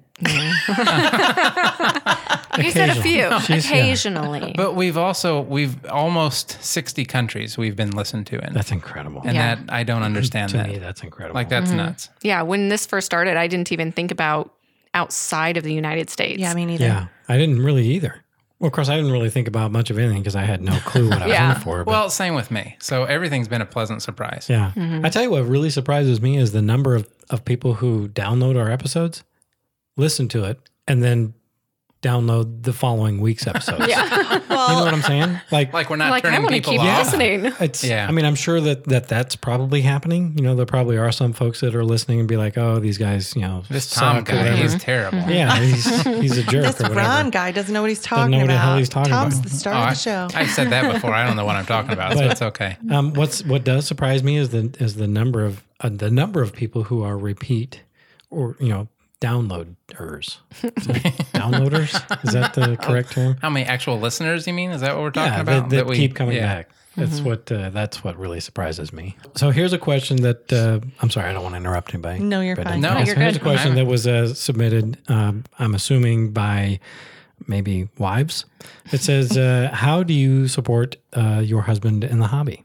E: you said a few
C: She's- yeah.
E: occasionally.
B: But we've also we've almost sixty countries we've been listened to in,
C: that's incredible.
B: and
E: Yeah.
B: that I don't understand
C: to me,
B: that.
C: that's incredible.
B: Like that's nuts.
E: yeah, when this first started, I didn't even think about outside of the United States.
D: yeah, me neither.
C: Yeah, I didn't really either. Well, of course, I didn't really think about much of anything because I had no clue what I
E: Yeah.
C: was in for. But
B: Well, same with me. So everything's been a pleasant surprise.
C: yeah,
B: mm-hmm.
C: I tell you what really surprises me is the number of, of people who download our episodes, listen to it, and then download the following week's episodes. yeah, you know
D: Well,
C: what I'm saying? Like,
B: Like we're not
E: Like, I
B: turning
E: want to
B: people
E: keep
B: off.
E: listening.
C: it's.
B: Yeah.
C: I mean, I'm sure that, that that's probably happening. You know, there probably are some folks that are listening and be like, "Oh, these guys, you know,
B: This
C: suck
B: Tom
C: or
B: guy
C: whatever.
B: is terrible.
C: Yeah, he's, he's a jerk
D: this
C: or whatever.
D: Ron guy doesn't know what he's talking
C: know what the
D: about.
C: hell he's talking
D: Tom's
C: about.
D: the star
B: Oh, I,
D: of the show.
B: I've said that before. I don't know what I'm talking about, so
C: But-
B: it's okay.
C: Um, what's what does surprise me is the is the number of uh, the number of people who are repeat or you know downloaders. Is that downloaders is that the correct term?
B: How many actual listeners you mean? Is that what we're talking
C: Yeah,
B: about?
C: that, that
B: we-
C: keep coming
B: yeah.
C: back. That's what uh, that's what really surprises me. So here's a question that uh, I'm sorry, I don't want to interrupt anybody.
D: No, you're
C: But,
D: fine.
B: No,
C: uh,
B: you're
C: so here's
E: good.
C: a question that was uh, submitted. Um, I'm assuming by maybe wives. It says, uh, "How do you support uh, your husband in the hobby?"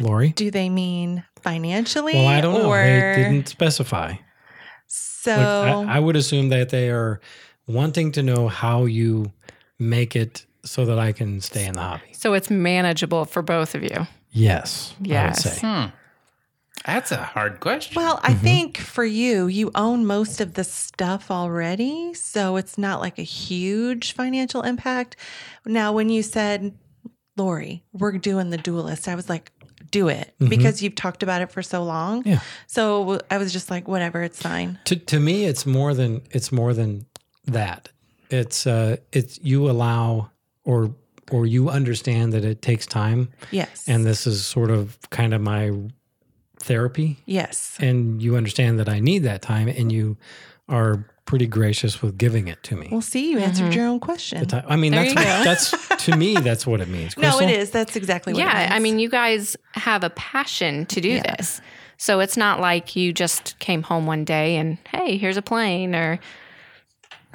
C: Lori.
D: Do they mean financially?
C: Well, I don't know.
D: or
C: They didn't specify.
D: So
C: Like, I, I would assume that they are wanting to know how you make it so that I can stay in the hobby.
E: So it's manageable for both of you.
C: Yes. I would
E: Yes.
C: say.
B: Hmm. That's a hard question.
D: Well,
C: Mm-hmm.
D: I think for you, you own most of the stuff already. So it's not like a huge financial impact. Now, when you said, Lori, we're doing the duelist, I was like, do it because you've talked about it for so long.
C: Mm-hmm. Yeah.
D: So I was just like, whatever, it's fine.
C: To to me it's more than it's more than that. It's uh it's you allow or or you understand that it takes time
D: Yes.
C: and this is sort of kind of my therapy
D: yes.
C: and you understand that I need that time and you are pretty gracious with giving it to me.
D: Well, see, you
E: Mm-hmm.
D: answered your own question.
C: Ti- I mean, that's that's to me, that's what it means.
D: No, it
C: Crystal?
D: is. That's exactly what it
E: yeah, I
D: means.
E: mean, you guys have a passion to do this. So it's not like you just came home one day and, hey, here's a plane or,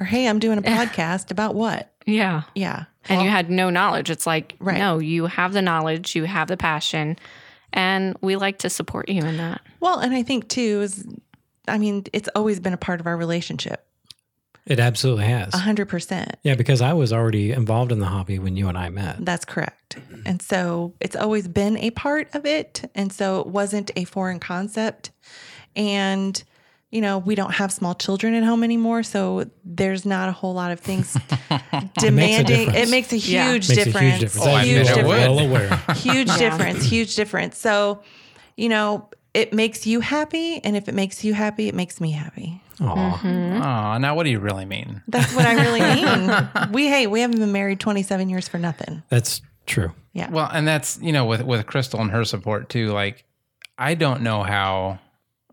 D: or hey, I'm doing a podcast about what?
E: yeah.
D: Yeah.
E: And you had no knowledge. It's like,
D: Right.
E: no, you have the knowledge, you have the passion, And we like to support you in that.
D: Well, and I think too is, I mean, it's always been a part of our relationship,
C: It absolutely has.
D: a hundred percent.
C: Yeah, because I was already involved in the hobby when you and I met.
D: That's correct. And so it's always been a part of it. And so it wasn't a foreign concept. And, you know, we don't have small children at home anymore. So there's not a whole lot of things demanding.
C: difference.
D: It makes a
E: Yeah.
D: huge
C: Makes
D: difference.
C: a huge difference.
B: Oh, I
C: I've
B: Huge
C: been
B: bet it would.
C: well aware.
D: huge
E: Yeah.
D: difference huge difference so you know it makes you happy and if it makes you happy it makes me happy
C: Aw.
D: Mm-hmm.
B: Oh, now what do you really mean?
D: that's what i really mean we hey we haven't been married 27 years for nothing
C: That's true.
B: Well, and that's you know with with Crystal and her support too. Like, I don't know how.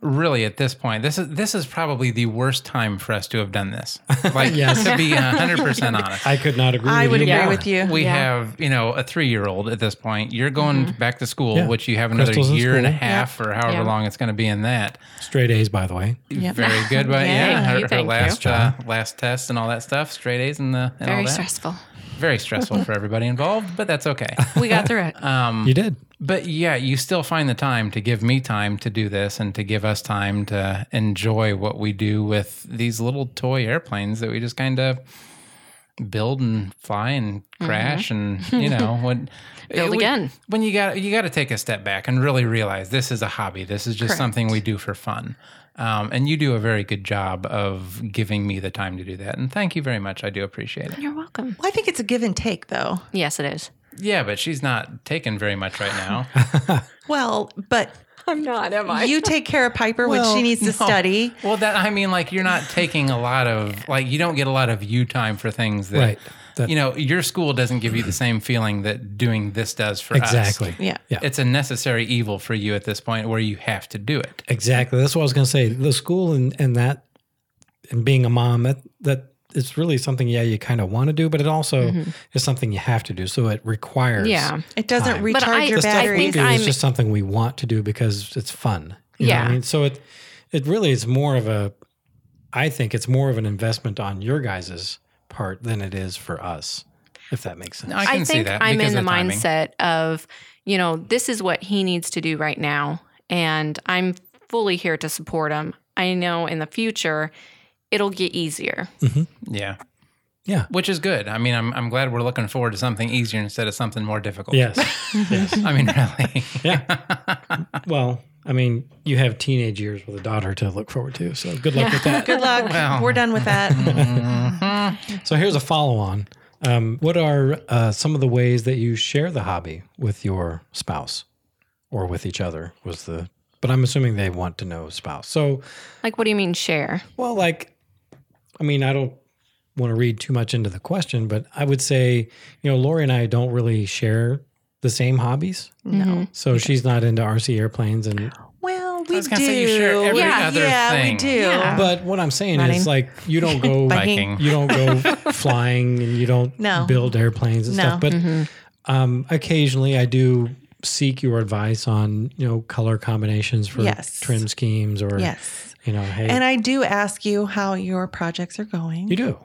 B: Really, at this point, this is this is probably the worst time for us to have done this. Like,
C: Yes.
B: to be hundred percent honest,
C: I could not agree
D: i
C: with
D: would
C: you
D: agree
E: more.
D: with you
B: we
E: Yeah. Mm-hmm.
B: have you know a three year old at this point. You're going back to school,
C: Yeah.
B: which you have another
C: Crystal's in
B: year and a
C: school.
B: half or however
E: Yeah.
B: long it's going to be in that.
C: Straight A's, by the way.
D: Yep.
B: Very good, but yeah,
E: Thank you,
B: her, her
E: thank you.
B: last uh, last test and all that stuff, straight A's and the and all
E: Very
B: that.
E: stressful.
B: Very stressful for everybody involved, but that's okay.
E: We got through it.
C: You did.
B: But yeah, you still find the time to give me time to do this and to give us time to enjoy what we do with these little toy airplanes that we just kind of build and fly and crash and you know when
E: Mm-hmm. Build
B: we-
E: again.
B: when you got you got to take a step back and really realize this is a hobby this is just something we do for fun um, and you do a very good job of giving me the time to do that and thank you very much i do appreciate it
E: You're welcome.
D: Well, i think it's a give and take though
E: Yes, it is.
B: yeah but she's not taking very much right now
D: well but
E: I'm not, am
D: you take care of piper when she needs to study
B: Well, that I mean, like you're not taking a lot of like you don't get a lot of you time for things that
C: Right. That-
B: you know your school doesn't give you the same feeling that doing this does for us.
C: Exactly.
D: yeah
C: Yeah.
B: It's a necessary evil for you at this point where you have to do it.
C: Exactly. That's what I was going to say. The school and, and that, and being a mom, that, that it's really something, yeah, you kind of want to do, but it also
D: Mm-hmm.
C: is something you have to do. So it requires.
E: Yeah.
D: it doesn't
C: Time.
D: recharge
E: But I-
D: your
C: The stuff we
D: batteries
E: think
C: do
E: I'm-
C: is just something we want to do because it's fun. You know what
E: Yeah.
C: I mean, so it, it really is more of a, I think it's more of an investment on your guys' part than it is for us, if that makes sense.
B: I can
E: think
B: see that.
E: I'm
B: because
E: in the
B: of timing.
E: mindset of, you know, this is what he needs to do right now. And I'm fully here to support him. I know in the future it'll get easier.
B: Yeah.
C: Yeah.
B: Which is good. I mean, I'm I'm glad we're looking forward to something easier instead of something more difficult.
C: Yes. yes.
B: I mean, really.
C: Yeah. well, I mean, you have teenage years with a daughter to look forward to. So good luck with that.
D: good luck
B: Well.
D: we're done with that
B: Mm-hmm.
C: So here's a follow on. Um, what are uh, some of the ways that you share the hobby with your spouse or with each other? Was the, but I'm assuming they want to know spouse. So,
E: Like, what do you mean share?
C: well, like, I mean, I don't want to read too much into the question, but I would say, you know, Lori and I don't really share the same hobbies.
D: no
C: So she's not into RC airplanes and
D: well we
B: was
D: do
B: gonna say you share every
D: yeah,
B: other
D: yeah we
B: thing.
D: do
E: Yeah.
C: But what I'm saying
D: Running.
C: is like you don't go
B: Biking.
C: you don't go flying and you don't
D: No.
C: build airplanes and
D: No. Mm-hmm.
C: stuff. But um, occasionally I do seek your advice on you know color combinations for
D: Yes.
C: trim schemes or
D: yes
C: you know hey
D: And I do ask you how your projects are going
C: you do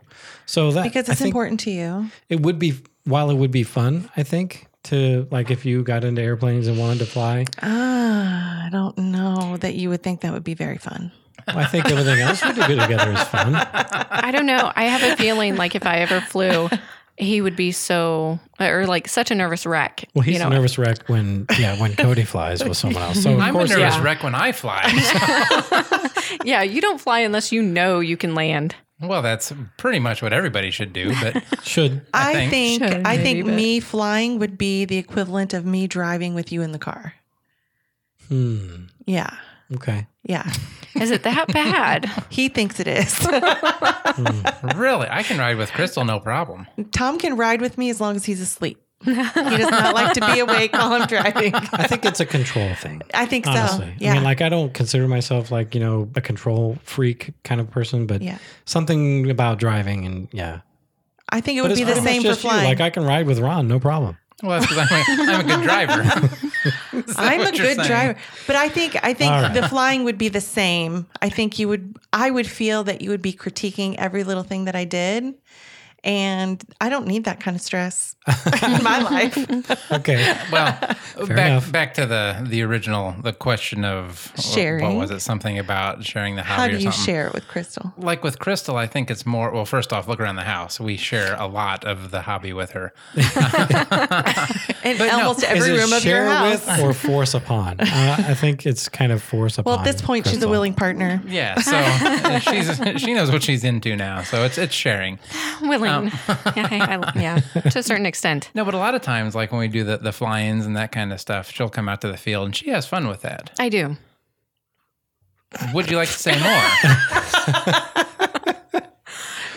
C: so that
D: because
C: I
D: it's
C: think
D: important to you.
C: It would be while it would be fun I think to like if you got into airplanes and wanted to fly.
D: Ah, I don't know that you would think that would be very fun.
C: I think everything else we could do together is fun.
E: I don't know. I have a feeling like if I ever flew, he would be so, or like such a nervous wreck.
C: Well, he's
E: you know,
C: a nervous wreck when yeah when Cody flies with someone else. So of
B: I'm a
C: course
B: nervous
E: yeah.
B: wreck when I fly.
E: yeah, you don't fly unless you know you can land.
B: well, that's pretty much what everybody should do, but
C: should
D: I,
B: think-
D: think
E: Sure,
D: I
E: maybe,
D: think
E: but-
D: me flying would be the equivalent of me driving with you in the car.
C: hmm,
D: Yeah.
C: okay.
D: Yeah.
E: Is it that bad?
D: He thinks it is.
B: really, I can ride with Crystal no problem.
D: Tom can ride with me as long as he's asleep. He does not like to be awake while I'm driving.
C: I think it's a control thing.
D: I think
C: Honestly,
D: so. Yeah.
C: I mean, like I don't consider myself like you know a control freak kind of person, but
D: Yeah.
C: something about driving and yeah,
D: I think it
C: but
D: would
C: it's
D: be the
C: pretty much
D: same for
C: just you.
D: flying.
C: Like I can ride with Ron, no problem.
B: Well, that's because I'm, a- I'm a good driver. Is that
D: I'm a
B: what you're
D: good
B: saying?
D: driver, but I think I think
C: All right.
D: the flying would be the same. I think you would I would feel that you would be critiquing every little thing that I did And I don't need that kind of stress in my life.
C: Okay.
B: Well, back
C: enough.
B: back to the the original the question of wh-
D: Sharing.
B: What was it? Something about sharing the hobby
D: How
B: or
D: do you
B: something.
D: share it with Crystal?
B: like with Crystal, I think it's more. Well, first off, look around the house. We share a lot of the hobby with her.
D: In
B: But no,
D: almost every
C: Is it
D: room of your
C: share
D: house.
C: with or force upon? Uh, I think it's kind of force upon.
D: well, at this point, she's a
C: Crystal.
D: willing partner.
B: Yeah, so uh, she's she knows what she's into now. So it's it's sharing.
E: Willing. yeah, I- I- yeah, to a certain extent.
B: No, but a lot of times, like when we do the the fly-ins and that kind of stuff, she'll come out to the field and she has fun with that.
E: I do.
B: Would you like to say more?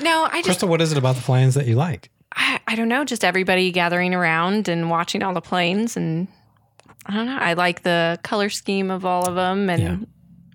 E: No, I just,
C: Crystal, what is it about the fly-ins that you like?
E: I, I don't know, just everybody gathering around and watching all the planes. And I don't know. I like the color scheme of all of them and
C: Yeah.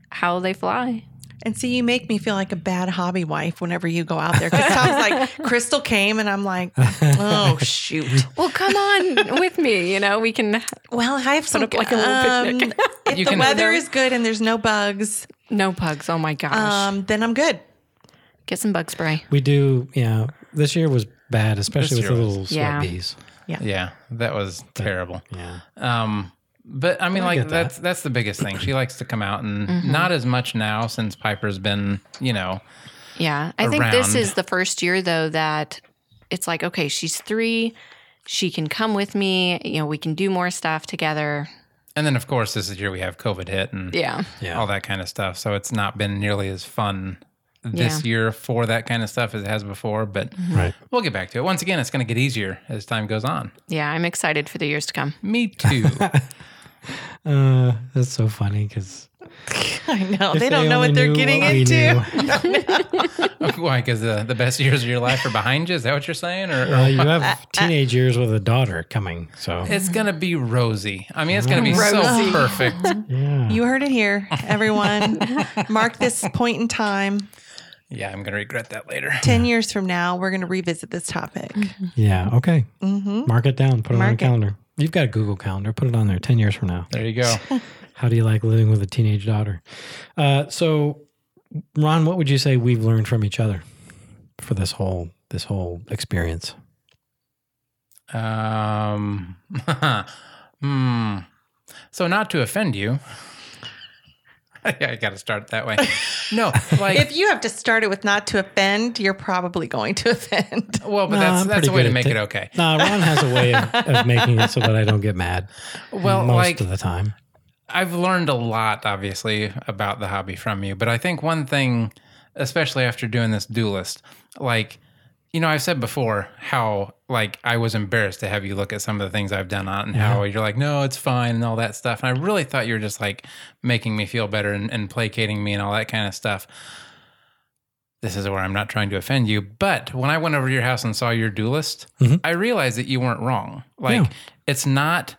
E: how they fly.
D: And see, you make me feel like a bad hobby wife whenever you go out there. Because Tom's like, Crystal came, and I'm like, oh shoot.
E: Well, come on with me. You know, we can.
D: Well, I have some
E: up like a little
D: um,
E: picnic.
D: if
B: You
D: the
B: can-
D: weather is good and there's no bugs,
E: No bugs. Oh my gosh.
D: um, then I'm good.
E: Get some bug spray.
C: We do, yeah. This year was bad, especially
B: This
C: with the
B: year was-
C: little
E: Yeah.
C: sweat bees.
B: yeah, that was terrible.
C: Yeah.
B: Um, but I mean,
C: I
B: like
C: get that.
B: that's that's the biggest thing. She likes to come out and
E: Mm-hmm.
B: not as much now since Piper's been, you know,
E: Yeah. I think this
B: around.
E: is the first year, though, that it's like, okay, she's three. She can come with me. You know, we can do more stuff together.
B: and then of course this is the year we have COVID hit and
E: Yeah.
C: Yeah.
B: all Oh, that kind of stuff. So it's not been nearly as fun this year for that kind of stuff as it has before. But
E: Mm-hmm.
C: Right.
B: we'll get back to it. Once again, it's going to get easier as time goes on.
E: Yeah. I'm excited for the years to come.
B: Me too.
C: Uh, that's so funny because
D: I know Oh, they don't know what they're getting into.
B: Why? Because the, the best years of your life are behind you. Is that what you're saying? Or,
C: Well, Uh, you have teenage years with a daughter coming, so
B: it's going to be rosy. I mean, it's going to be so
E: Rosy.
B: perfect.
C: yeah.
D: You heard it here, everyone. Mark this point in time.
B: Yeah, I'm going to regret that later.
D: Ten years from now, we're going to revisit this topic.
C: yeah. Okay.
D: hmm
C: Mark it down. Put it on
D: Mark
C: your
D: it.
C: calendar. You've got a Google calendar. Put it on there. Ten years from now.
B: There you go.
C: How do you like living with a teenage daughter? Uh, so, Ron, what would you say we've learned from each other for this whole this whole experience?
B: Um, hmm. So not to offend you, I got to start that way. No, like
D: If you have to start it with not to offend, you're probably going to offend.
B: well, but
C: Nah,
B: that's
C: I'm
B: that's
C: pretty
B: a way
C: good
B: to
C: at
B: make
C: ta-
B: it okay.
C: Nah, Ron has a way of, of making it so that I don't get mad.
B: Well,
C: most
B: like
C: of the time.
B: I've learned a lot, obviously, about the hobby from you. But I think one thing, especially after doing this duelist, like, you know, I've said before how, like, I was embarrassed to have you look at some of the things I've done on and how you're like, no, it's fine and all that stuff. And I really thought you were just like making me feel better and, and placating me and all that kind of stuff. This is where I'm not trying to offend you. But when I went over to your house and saw your duelist,
C: Mhm.
B: I realized that you weren't wrong. Like,
C: Yeah.
B: it's not.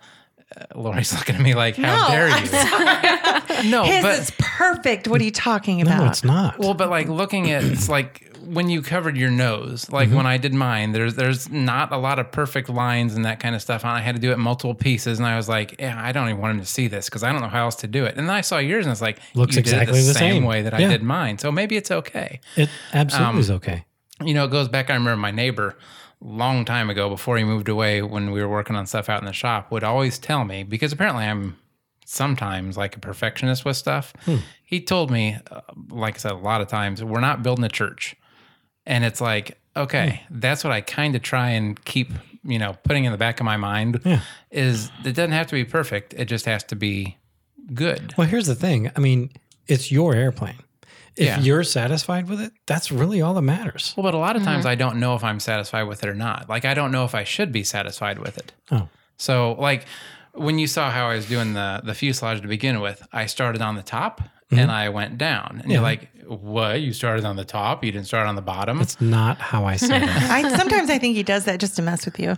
B: Uh, Lori's looking at me like, how
D: no,
B: dare you?
D: I'm sorry.
B: No,
D: His
B: but
D: is perfect. What are you talking about?
C: No, it's not.
B: well, but like looking at it's like when you covered your nose, like
C: Mm-hmm.
B: when I did mine, there's there's not a lot of perfect lines and that kind of stuff. And I had to do it in multiple pieces, and I was like, yeah, I don't even want him to see this because I don't know how else to do it. And then I saw yours, and it's like
C: Looks
B: you did it
C: exactly the
B: same,
C: same.
B: way that I
C: Yeah.
B: did mine. So maybe it's okay.
C: it absolutely is okay.
B: You know, it goes back. I remember my neighbor long time ago before he moved away when we were working on stuff out in the shop would always tell me because apparently I'm sometimes like a perfectionist with stuff. He told me, uh, like I said, a lot of times, we're not building a church. And it's like, okay, that's what I kind of try and keep, you know, putting in the back of my mind
C: Yeah.
B: is it doesn't have to be perfect. It just has to be good.
C: Well, here's the thing. I mean, it's your airplane. If
B: Yeah.
C: you're satisfied with it, that's really all that matters.
B: Well, but a lot of times
C: Mm-hmm.
B: I don't know if I'm satisfied with it or not. Like, I don't know if I should be satisfied with it.
C: Oh,
B: So like when you saw how I was doing the the fuselage to begin with, I started on the top
C: Mm-hmm.
B: and I went down. And you're like, "What? You started on the top? You didn't start on the bottom?"
C: that's not how I said it.
D: I, sometimes I think he does that just to mess with you.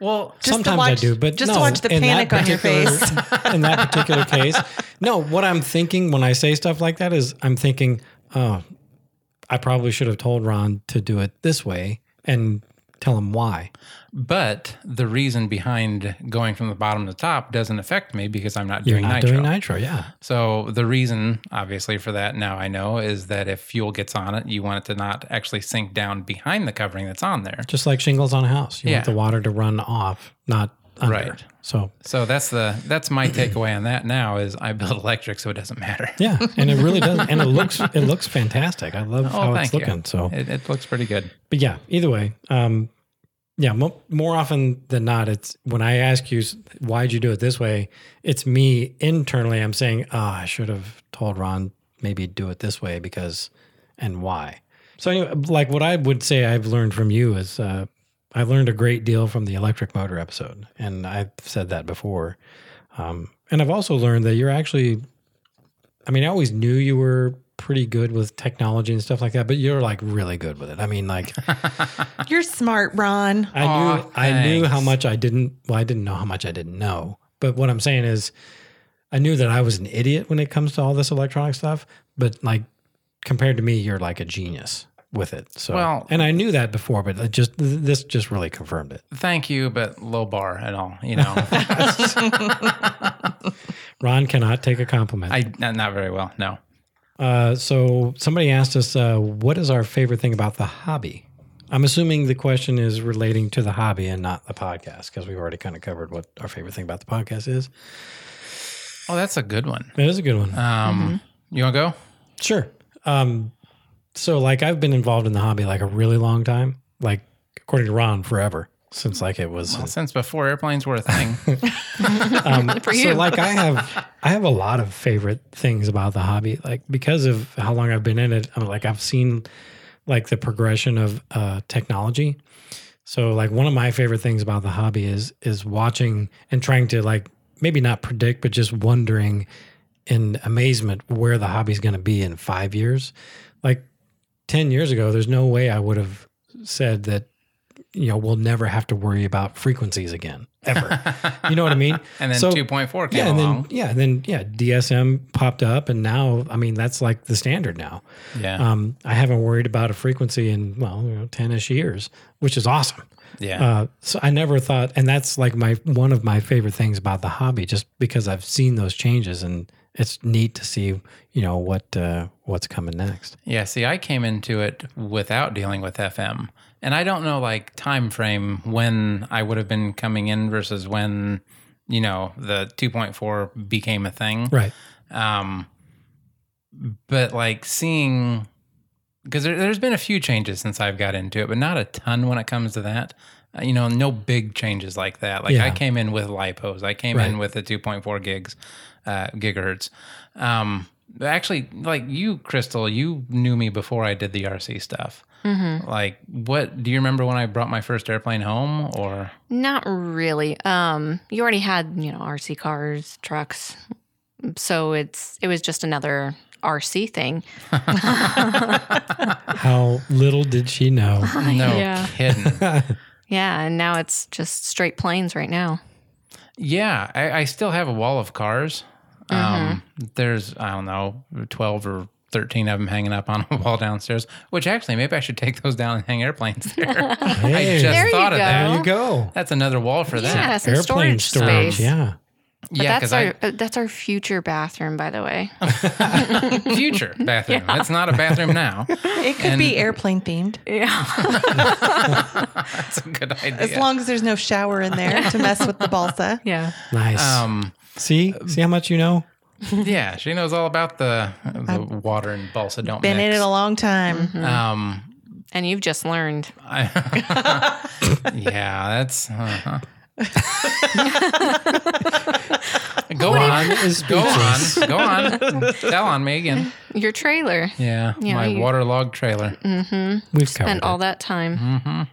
B: well,
D: Just to
C: Sometimes I
D: watch-
C: do, but
D: just
C: no,
D: to watch the
C: in that
D: panic on your
C: particular-
D: face.
C: in that particular case, no. What I'm thinking when I say stuff like that is, I'm thinking, oh, I probably should have told Ron to do it this way, and tell them why.
B: But the reason behind going from the bottom to the top doesn't affect me because I'm not
C: You're
B: doing
C: not
B: nitro.
C: doing nitro. Yeah.
B: So the reason, obviously, for that now I know is that if fuel gets on it, you want it to not actually sink down behind the covering that's on there.
C: Just like shingles on a house. You
B: Yeah.
C: want the water to run off, not under.
B: Right.
C: So
B: So that's the that's my takeaway on that now is I build electric, so it doesn't matter.
C: yeah, and it really does and it looks it looks fantastic. I love
B: Oh,
C: how
B: thank
C: it's looking.
B: you.
C: So
B: It, it looks pretty good.
C: but yeah, either way, um, yeah, mo- more often than not, it's when I ask you s- why'd you do it this way, it's me internally. I'm saying, oh, I should have told Ron maybe do it this way because, and why. So anyway, like what I would say I've learned from you is uh, I learned a great deal from the electric motor episode, and I've said that before. Um, and I've also learned that you're actually, I mean, I always knew you were pretty good with technology and stuff like that, but you're like really good with it. I mean, like.
D: You're smart, Ron.
C: I knew
B: Aw,
C: I knew how
B: thanks.
C: much I didn't well, I didn't know how much I didn't know. But what I'm saying is I knew that I was an idiot when it comes to all this electronic stuff, but like compared to me, you're like a genius with it. So
B: Well-
C: and I knew that before, but it just th- this just really confirmed it.
B: Thank you, but low bar and all. You know,
C: Ron cannot take a compliment.
B: I not, not very well. No.
C: uh, so somebody asked us, uh, what is our favorite thing about the hobby? I'm assuming the question is relating to the hobby and not the podcast because we've already kind of covered what our favorite thing about the podcast is.
B: Oh, that's a good one.
C: That is a good one.
B: Um, you want to go?
C: Sure. Um, so like I've been involved in the hobby like a really long time, like according to Ron, forever since like it was.
B: Well, since before airplanes were a thing.
C: Um,
E: For
C: so
E: you.
C: like I have, I have a lot of favorite things about the hobby, like because of how long I've been in it. I'm like I've seen like the progression of uh, technology. So like one of my favorite things about the hobby is is watching and trying to like maybe not predict, but just wondering in amazement where the hobby's going to be in five years. Like ten years ago, there's no way I would have said that. You know, we'll never have to worry about frequencies again, ever. You know what I mean?
B: and then
C: So-
B: 2.4 came
C: yeah, and
B: along.
C: then yeah, and then yeah, DSM popped up, and now I mean that's like the standard now.
B: yeah.
C: Um, I haven't worried about a frequency in well, you know, ten-ish years, which is awesome.
B: yeah.
C: Uh, so I never thought, and that's like my one of my favorite things about the hobby, just because I've seen those changes, and it's neat to see you know what uh, what's coming next.
B: Yeah, see, I came into it without dealing with FM, and I don't know like time frame when I would have been coming in versus when you know the 2.4 became a thing.
C: Right.
B: Um, but like seeing because there, there's been a few changes since I've got into it, but not a ton when it comes to that. Uh, you know, no big changes like that. Like
C: Yeah.
B: I came in with lipos, I came
C: Right.
B: in with the 2.4 gigs, uh, gigahertz. Um, but actually, like you, Crystal, you knew me before I did the RC stuff. Like, what do you remember when I brought my first airplane home? Or
E: Not really. Um, you already had, you know, RC cars, trucks. So it's it was just another RC thing.
C: How little did she know?
E: Uh-huh.
B: no
E: Yeah.
B: kidding.
E: Yeah, and now it's just straight planes right now.
B: Yeah, I, I still have a wall of cars. Um,
D: Mm-hmm.
B: there's I don't know twelve or thirteen of them hanging up on a wall downstairs. Which actually, maybe I should take those down and hang airplanes there. I
C: Hey,
B: just
E: There you
B: thought of
E: go.
C: there
B: that.
C: you go.
B: That's another wall for
E: Yeah,
B: that.
E: some storage, space.
C: Yeah.
E: But
B: Yeah,
E: that's
B: because
E: our
B: I
E: uh, that's our future bathroom, by the way.
B: future bathroom. It's not a bathroom now.
D: It could be airplane themed
E: yeah.
B: That's a good idea.
D: as long as there's no shower in there to mess with the balsa.
E: Yeah.
C: Nice.
B: um,
C: see, see how much you know.
B: yeah, she knows all about the, the water and balsa don't
D: Been in
B: mix.
D: it a long time.
E: Mm-hmm.
B: um,
E: And you've just learned.
B: I, yeah, that's. Uh-huh. go on, go on, go on. Tell on me again.
E: Your trailer.
B: Yeah,
E: Yeah,
B: my
E: you-
B: waterlogged trailer.
C: We've covered
E: Spent
C: it.
E: all that time.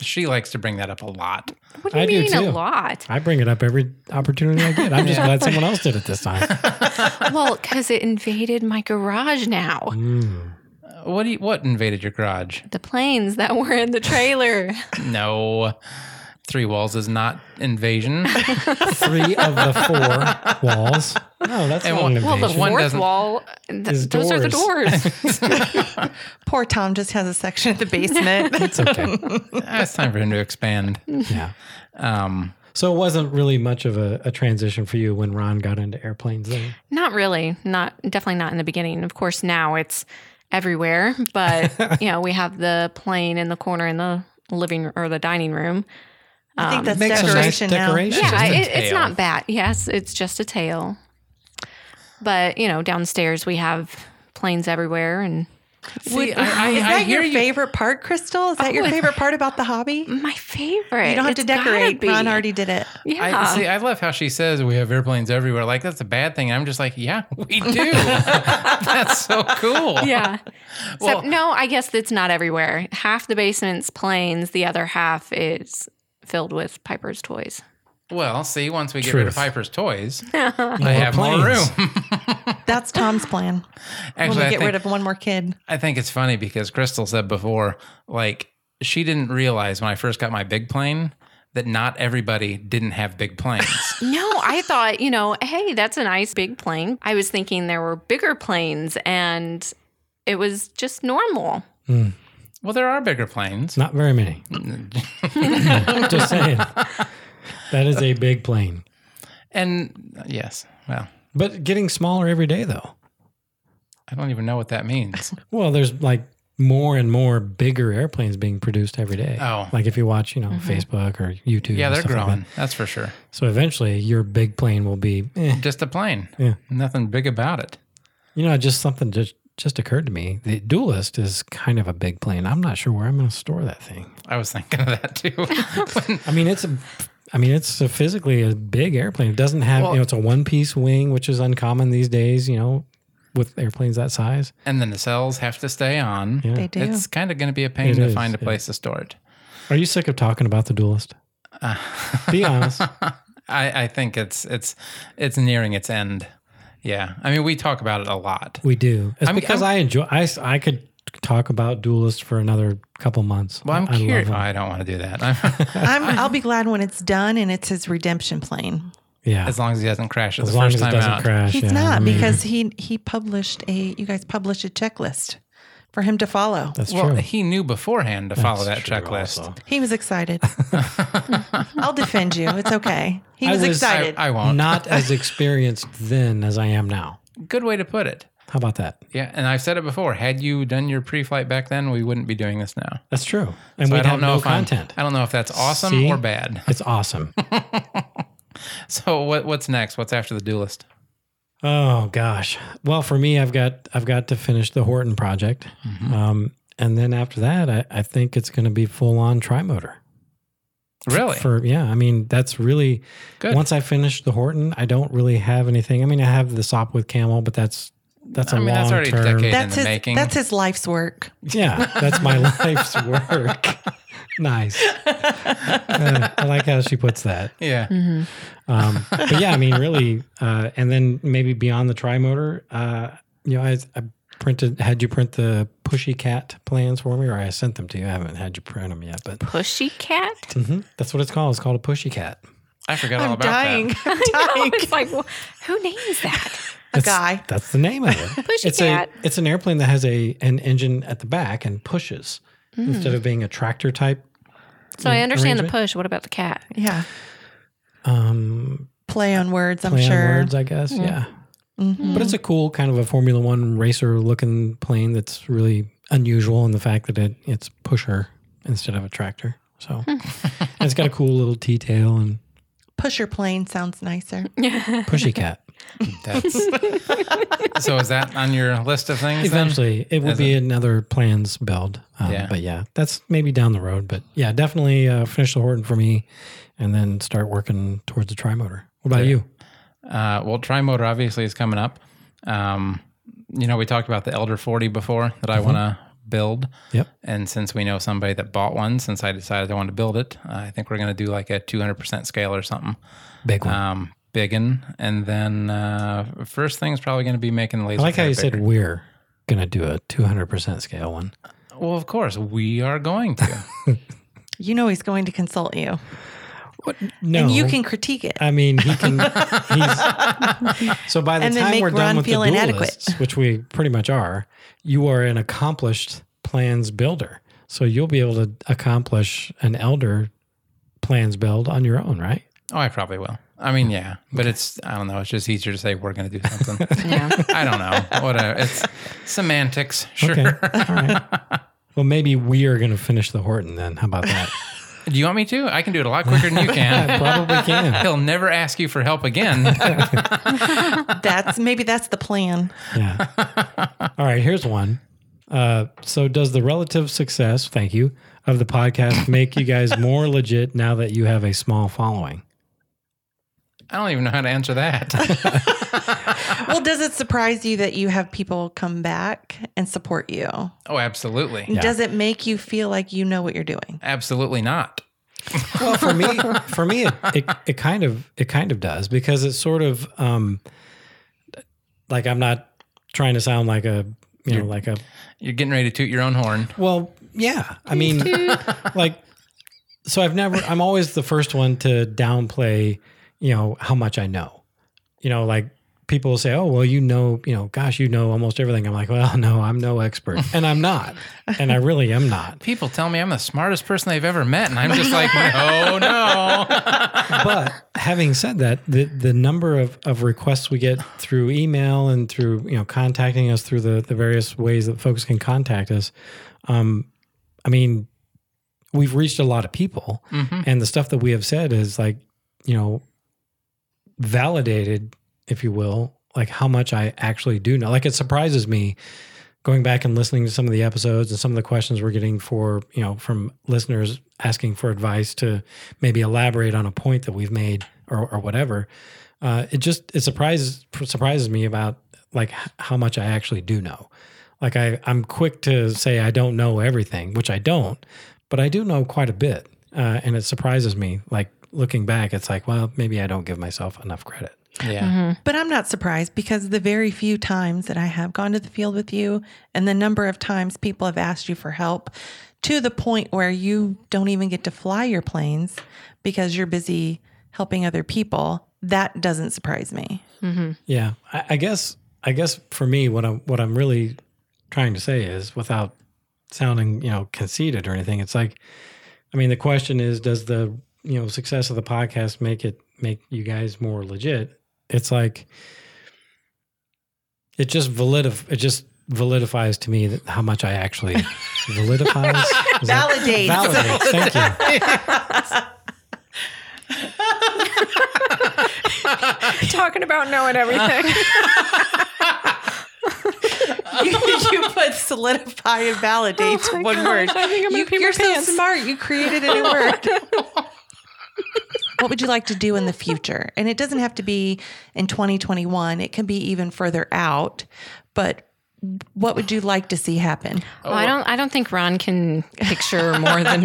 B: She likes to bring that up a lot.
E: What do you
C: I do
E: mean
C: too.
E: a lot?
C: I bring it up every opportunity I get. I'm just glad someone else did it this time.
E: well, because it invaded my garage now.
B: What do you, what invaded your garage?
E: The planes that were in the trailer.
B: No, three walls is not invasion. Ah,
C: Three of the four walls. No, that's
B: And
C: not
B: one-
C: an
E: Well, the
C: invasion.
B: One
E: fourth
B: doesn't-
E: wall, th-
C: Is
E: those are the doors.
D: Poor Tom just has a section at the basement.
C: it's okay.
B: Ah, it's time for him to expand.
C: yeah.
B: Um,
C: So it wasn't really much of a, a transition for you when Ron got into airplanes. Then.
E: Not really. Not definitely not in the beginning. Of course, now it's everywhere. But you know, we have the plane in the corner in the living or the dining room.
D: I think
E: Um,
D: that's
C: makes a nice
D: decoration now.
C: decoration.
E: yeah,
B: just a
E: it, it's
B: tail.
E: not bad. Yes, it's just a tail. But you know, downstairs we have planes everywhere, and
B: see, I, I,
D: Is
B: I
D: that
B: hear
D: your
B: you.
D: favorite part, Crystal? Is that your favorite part about the hobby? You
E: my favorite.
D: don't have to
E: Oh. It's gotta
D: decorate.
E: be.
D: Ron already did it.
E: Yeah,
B: I, see, I love how she says we have airplanes everywhere. Like that's a bad thing. I'm just like, yeah, we do. that's so cool.
E: yeah.
B: Well-
E: Except, no, I guess it's not everywhere. Half the basement's planes, the other half is filled with Piper's toys.
B: Well, see, once we get rid of
C: Truth.
B: Piper's toys, I have more
C: planes.
B: room.
D: That's Tom's plan.
B: Actually,
D: when
B: I
D: we get
B: think,
D: rid of one more kid.
B: I think it's funny because Crystal said before, like she didn't realize when I first got my big plane that not everybody didn't have big planes.
E: No, I thought, you know, hey, that's a nice big plane. I was thinking there were bigger planes and it was just normal.
B: well, there are bigger planes.
C: Not very many. Just saying. That is a big plane.
B: And uh, yes, well,
C: But getting smaller every day, though.
B: I don't even know what that means.
C: Well, there's like more and more bigger airplanes being produced every day.
B: Oh.
C: Like if you watch, you know, Facebook or YouTube.
B: yeah,
C: and
B: they're
C: stuff like
B: growing.
C: that.
B: That's for sure.
C: so eventually your big plane will be, eh.
B: Just a plane.
C: Yeah.
B: Nothing big about it.
C: you know, just something just, just occurred to me. The Duelist is kind of a big plane. I'm not sure where I'm going to store that thing.
B: I was thinking of that too. When-
C: I mean, it's a, I mean, it's a physically a big airplane. It doesn't have,
B: Well-
C: you know, it's a one piece wing, which is uncommon these days, you know, with airplanes that size.
B: and then the cells have to stay on.
C: Yeah.
D: They do.
B: It's kind of going to be a pain
C: It
B: to
C: is,
B: find a
C: yeah.
B: place to store it.
C: Are you sick of talking about the Duelist?
B: Uh.
C: Be honest.
B: I, I think it's it's it's nearing its end. Yeah, I mean we talk about it a lot.
C: We do. It's
B: I'm-
C: because i enjoy. I, s- I could talk about Duelist for another couple months.
B: Well, I'm
C: I love
B: curious.
C: it.
B: I don't want to do that. I'm,
D: I'm, I'll be glad when it's done and it's his redemption plane.
C: Yeah,
B: as long as he doesn't crash it
C: as
B: the
C: long
B: first
C: as it
B: time
C: doesn't
B: out.
C: crash.
D: He's
C: yeah. I
D: not
C: mean,
D: because he he published a you guys published a checklist for him to follow.
C: that's
B: Well,
C: true.
B: he knew beforehand to follow
C: That's
B: Oh, that
C: true
B: checklist.
C: also.
D: He was excited. I'll defend you. It's okay. He
C: I
D: was,
C: was-
B: I,
D: excited.
B: I won't.
C: Not as experienced then as I am now.
B: Good way to put it.
C: How about that?
B: Yeah, and I've said it before. Had you done your pre-flight back then, we wouldn't be doing this now.
C: That's true. And
B: So
C: we
B: I don't
C: have
B: know
C: no
B: if I'm-
C: content.
B: I don't know if that's awesome
C: See?
B: or bad.
C: It's awesome.
B: So what what's next? What's after the duelist?
C: Oh gosh. Well, for me, I've got I've got to finish the Horton project,
B: Mm-hmm.
C: um, and then after that, I, I think it's going to be full on trimotor.
B: Really?
C: For yeah, I mean that's really
B: Good.
C: Once I finish the Horton, I don't really have anything. I mean, I have the Sopwith Camel, but that's that's a
B: I mean,
C: long
B: that's already
C: term.
B: decade. in
D: that's
B: the
D: his
B: making.
D: that's his life's work.
C: Yeah, that's my life's work. Nice. Uh, I like how she puts that.
B: yeah.
D: Mm-hmm.
C: Um, but yeah, I mean, really, uh, and then maybe beyond the trimotor, uh, you know, I, I printed, had you print the pushy cat plans for me, or I sent them to you. I haven't had you print them yet, but
E: Pushy cat?
C: Mhm. that's what it's called. It's called a pushy cat.
B: I forgot all
D: I'm
B: about
D: dying.
B: that.
D: I'm
E: I
D: dying.
E: was like, well, who names that?
D: a
C: That's-
D: guy.
C: That's the name of it.
E: Pushy
C: it's
E: cat.
C: a it's an airplane that has a an engine at the back and pushes instead of being a tractor type.
E: Hmm. So
D: Mm,
E: I understand the
C: Arrangement?
E: push. What about the cat?
D: Yeah.
C: Um,
D: Play on words, I'm
C: play on
D: sure. Mm-hmm.
C: words, I guess. Yeah.
E: Hmm.
C: But it's a cool kind of a Formula One racer looking plane that's really unusual in the fact that it it's pusher instead of a tractor. So and it's got a cool little T tail and
D: Pusher plane sounds nicer.
C: pushy cat.
B: That's, so is that on your list of things? then?
C: Eventually, it will
B: As
C: be another plans build. Um,
B: Yeah.
C: But yeah, that's maybe down the road. But yeah, definitely uh, finish the Horton for me and then start working towards the trimotor. What about you?
B: Uh, well, Trimotor obviously is coming up. Um, you know, we talked about the Elder 40 before that
C: Mm-hmm.
B: I want to build.
C: Yep.
B: And since we know somebody that bought one, since I decided I wanted to build it, I think we're going to do like a 200% scale or something.
C: Big one.
B: Um, biggin. And then uh, first thing's probably going to be making the laser.
C: I like how
B: cutter
C: you
B: bigger.
C: said we're going to do a 200% scale one.
B: Well, of course, we are going to.
D: You know he's going to consult you.
C: What? No.
D: And you can critique it.
C: I mean, he can. He's, so by the
D: And then
C: time
D: make
C: we're done
D: Ron
C: with the
D: feel
C: duelists,
D: inadequate.
C: which we pretty much are, you are an accomplished plans builder. So you'll be able to accomplish an elder plans build on your own, right?
B: Oh, I probably will. I mean, yeah, but it's I don't know. It's just easier to say we're going to do something.
E: Yeah.
B: I don't know. Whatever. It's semantics. Sure.
C: Okay. All right. Well, maybe we are going to finish the Horton then. How about that?
B: Do you want me to? I can do it a lot quicker than you can.
C: Probably can.
B: He'll never ask you for help again.
D: That's maybe that's the plan.
C: Yeah. All right. Here's one. Uh, so, does the relative success, thank you, of the podcast make you guys more legit now that you have a small following?
B: I don't even know how to answer that.
D: Well, does it surprise you that you have people come back and support you?
B: Oh, absolutely.
D: And Does it make you feel like you know what you're doing?
B: Absolutely not.
C: well for me for me it, it, it kind of it kind of does because it's sort of um like i'm not trying to sound like a you know like a
B: You're getting ready to toot your own horn.
C: well yeah i mean like so i've never i'm always the first one to downplay you know how much i know you know like people will say oh well you know you know gosh you know almost everything i'm like well no i'm no expert and i'm not and i really am not
B: People tell me I'm the smartest person they've ever met, and I'm just like, no, no.
C: but having said that, the the number of, of requests we get through email and through you know contacting us through the, the various ways that folks can contact us, um, I mean, we've reached a lot of people,
B: Mhm.
C: and the stuff that we have said is like you know validated, if you will, like how much I actually do know. Like it surprises me going back and listening to some of the episodes and some of the questions we're getting for you know from listeners asking for advice to maybe elaborate on a point that we've made or, or whatever uh, it just it surprises surprises me about like h- how much i actually do know like i i'm quick to say i don't know everything which i don't but i do know quite a bit uh, and it surprises me like looking back it's like well maybe i don't give myself enough credit
B: Yeah.
D: But I'm not surprised because the very few times that I have gone to the field with you and the number of times people have asked you for help to the point where you don't even get to fly your planes because you're busy helping other people, that doesn't surprise me.
E: Mm-hmm.
C: Yeah, I, I guess I guess for me, what I'm what I'm really trying to say is, without sounding you know conceited or anything, it's like, I mean, the question is, does the you know success of the podcast make it make you guys more legit? It's like it just validif it just validifies to me that how much I actually validifies Is that-
D: Validates.
C: validates. Thank you.
E: Talking about knowing everything.
D: you, you put solidify and validate to one word.
E: I think I'm gonna
D: You,
E: pee my
D: you're so
E: pants.
D: smart. You created a new word. what would you like to do in the future? And it doesn't have to be in 2021. It can be even further out. But what would you like to see happen?
E: Well, I don't. I don't think Ron can picture more than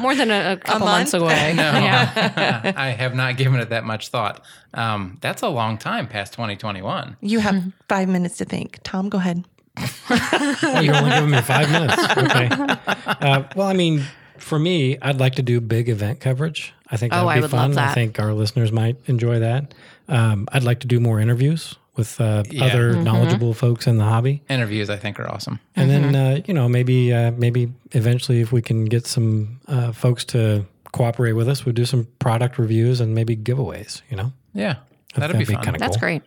E: more than a, a couple months
D: month?
E: away.
B: No,
E: Yeah.
B: I have not given it that much thought. Um, that's a long time past 2021.
D: You have
E: Mm-hmm.
D: five minutes to think. Tom, go ahead.
C: Oh, you're only giving me five minutes. Okay. Uh, well, I mean, for me, I'd like to do big event coverage. I think
E: Oh,
C: that'd be
E: I would
C: fun.
E: love
C: I
E: that.
C: think our listeners might enjoy that. Um, I'd like to do more interviews with uh,
B: Yeah.
C: other
E: Mm-hmm.
C: knowledgeable folks in the hobby,
B: Interviews, I think, are awesome.
C: and
E: Mm-hmm.
C: then uh, you know maybe uh, maybe eventually if we can get some uh, folks to cooperate with us, we'll do some product reviews and maybe giveaways. You know,
B: Yeah, that'd, be, fun.
C: kinda
E: That's
C: cool.
E: great.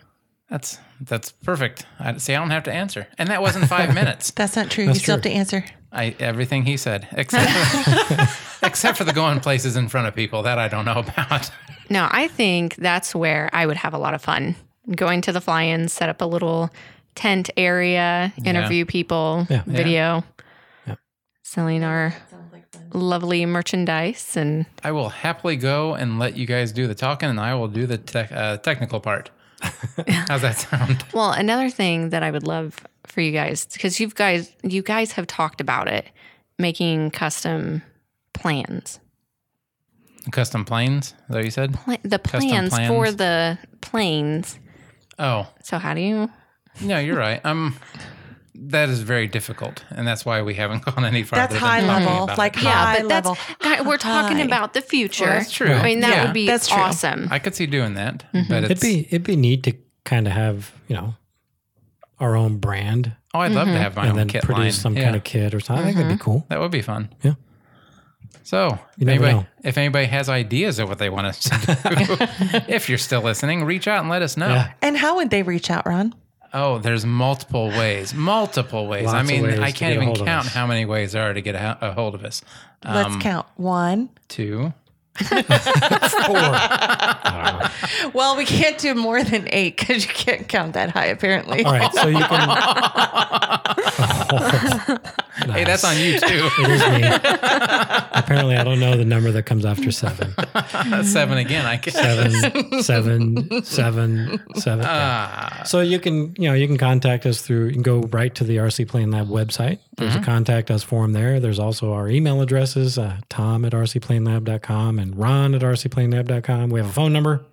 B: That's that's perfect. I see. I don't have to answer, and that wasn't five minutes.
D: That's not true.
C: That's
D: you still
C: true.
D: have to answer.
B: I everything he said, except for, except for the going places in front of people that I don't know about.
E: No, I think that's where I would have a lot of fun going to the fly-in, set up a little tent area, interview people,
C: Yeah.
E: video, selling our lovely merchandise, and
B: I will happily go and let you guys do the talking, and I will do the tech uh, technical part. How's that sound?
E: Well, another thing that I would love for you guys because you guys you guys have talked about it, making custom plans.
B: Custom planes, is that what you said?
E: Pla- the
B: Custom
E: plans, for
B: plans.
E: the planes.
B: Oh,
E: So how do you
B: no, you're right. I'm that is very difficult, and that's why we haven't gone any farther.
D: That's
B: than
D: high
B: talking
D: level,
B: about
D: like
B: it.
E: yeah,
D: high
E: but
D: level.
E: that's God, we're talking
D: High.
E: about the future.
B: that's true.
E: I mean, that
B: Yeah.
E: would be
D: That's true.
E: awesome.
B: I could see doing that,
D: Mm-hmm.
B: but
C: It'd
B: it's,
C: be it'd be neat to kind of have you know our own brand
B: oh, I'd love to have my
C: and
B: own
C: then
B: kit
C: produce
B: line.
C: some
B: yeah,
C: kind of kit or something. I think that'd be cool.
B: that would be fun.
C: Yeah.
B: So,
C: You never
B: anybody,
C: know.
B: if anybody has ideas of what they want us to do, if you're still listening, reach out and let us know.
C: Yeah.
D: and how would they reach out, Ron?
B: Oh, there's multiple ways, multiple ways.
C: Lots
B: I
C: of
B: mean,
C: ways
B: I
C: to
B: can't
C: get a
B: even
C: hold of
B: count
C: us.
B: how many ways there are to get a, ho- a hold of us.
C: Um,
D: Let's count one.
B: Two.
D: Well, we can't do more than eight because you can't count that high, apparently.
C: All right, so you can.
B: Hey, that's on you too.
C: It is me. Apparently, I don't know the number that comes after seven.
B: That's seven again. I guess.
C: Seven, seven, seven, seven. Yeah.
B: Ah,
C: So you can, you know, you can contact us through. You can go right to the RC Plane Lab website. There's
B: Mm-hmm.
C: a contact us form there. There's also our email addresses: uh, Tom at rcplanelab.com and Ron at rcplanelab.com. We have a phone number.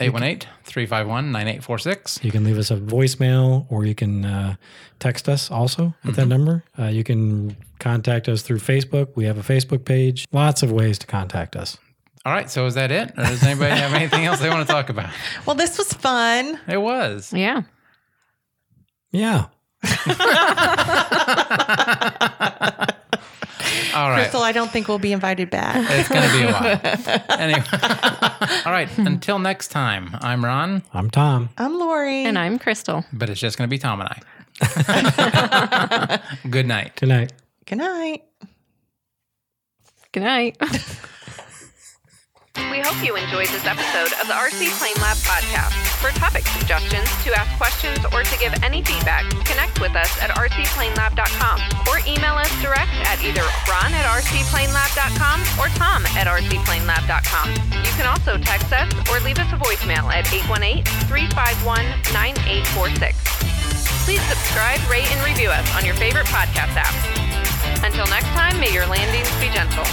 B: 818-351-9846.
C: You can leave us a voicemail or you can uh, text us also at that number. Uh, you can contact us through Facebook. We have a Facebook page. Lots of ways to contact us.
B: All right. So is that it? Or does anybody have anything else they want to talk about?
D: Well, this was fun.
B: It was.
E: yeah.
C: Yeah.
B: All right.
D: Crystal, I don't think we'll be invited back.
B: It's going to be a while. Anyway. All right. Until next time, I'm Ron,
C: I'm Tom.
D: I'm Lori.
E: And I'm Crystal.
B: but it's just going to be Tom and I. Good night.
C: Good night.
D: Good night.
E: Good night.
A: We hope you enjoyed this episode of the RC Plane Lab podcast. For topic suggestions, to ask questions, or to give any feedback, connect with us at rcplanelab.com or email us direct at either ron at rcplanelab.com or tom at rcplanelab.com. You can also text us or leave us a voicemail at 818-351-9846. Please subscribe, rate, and review us on your favorite podcast app. Until next time, may your landings be gentle.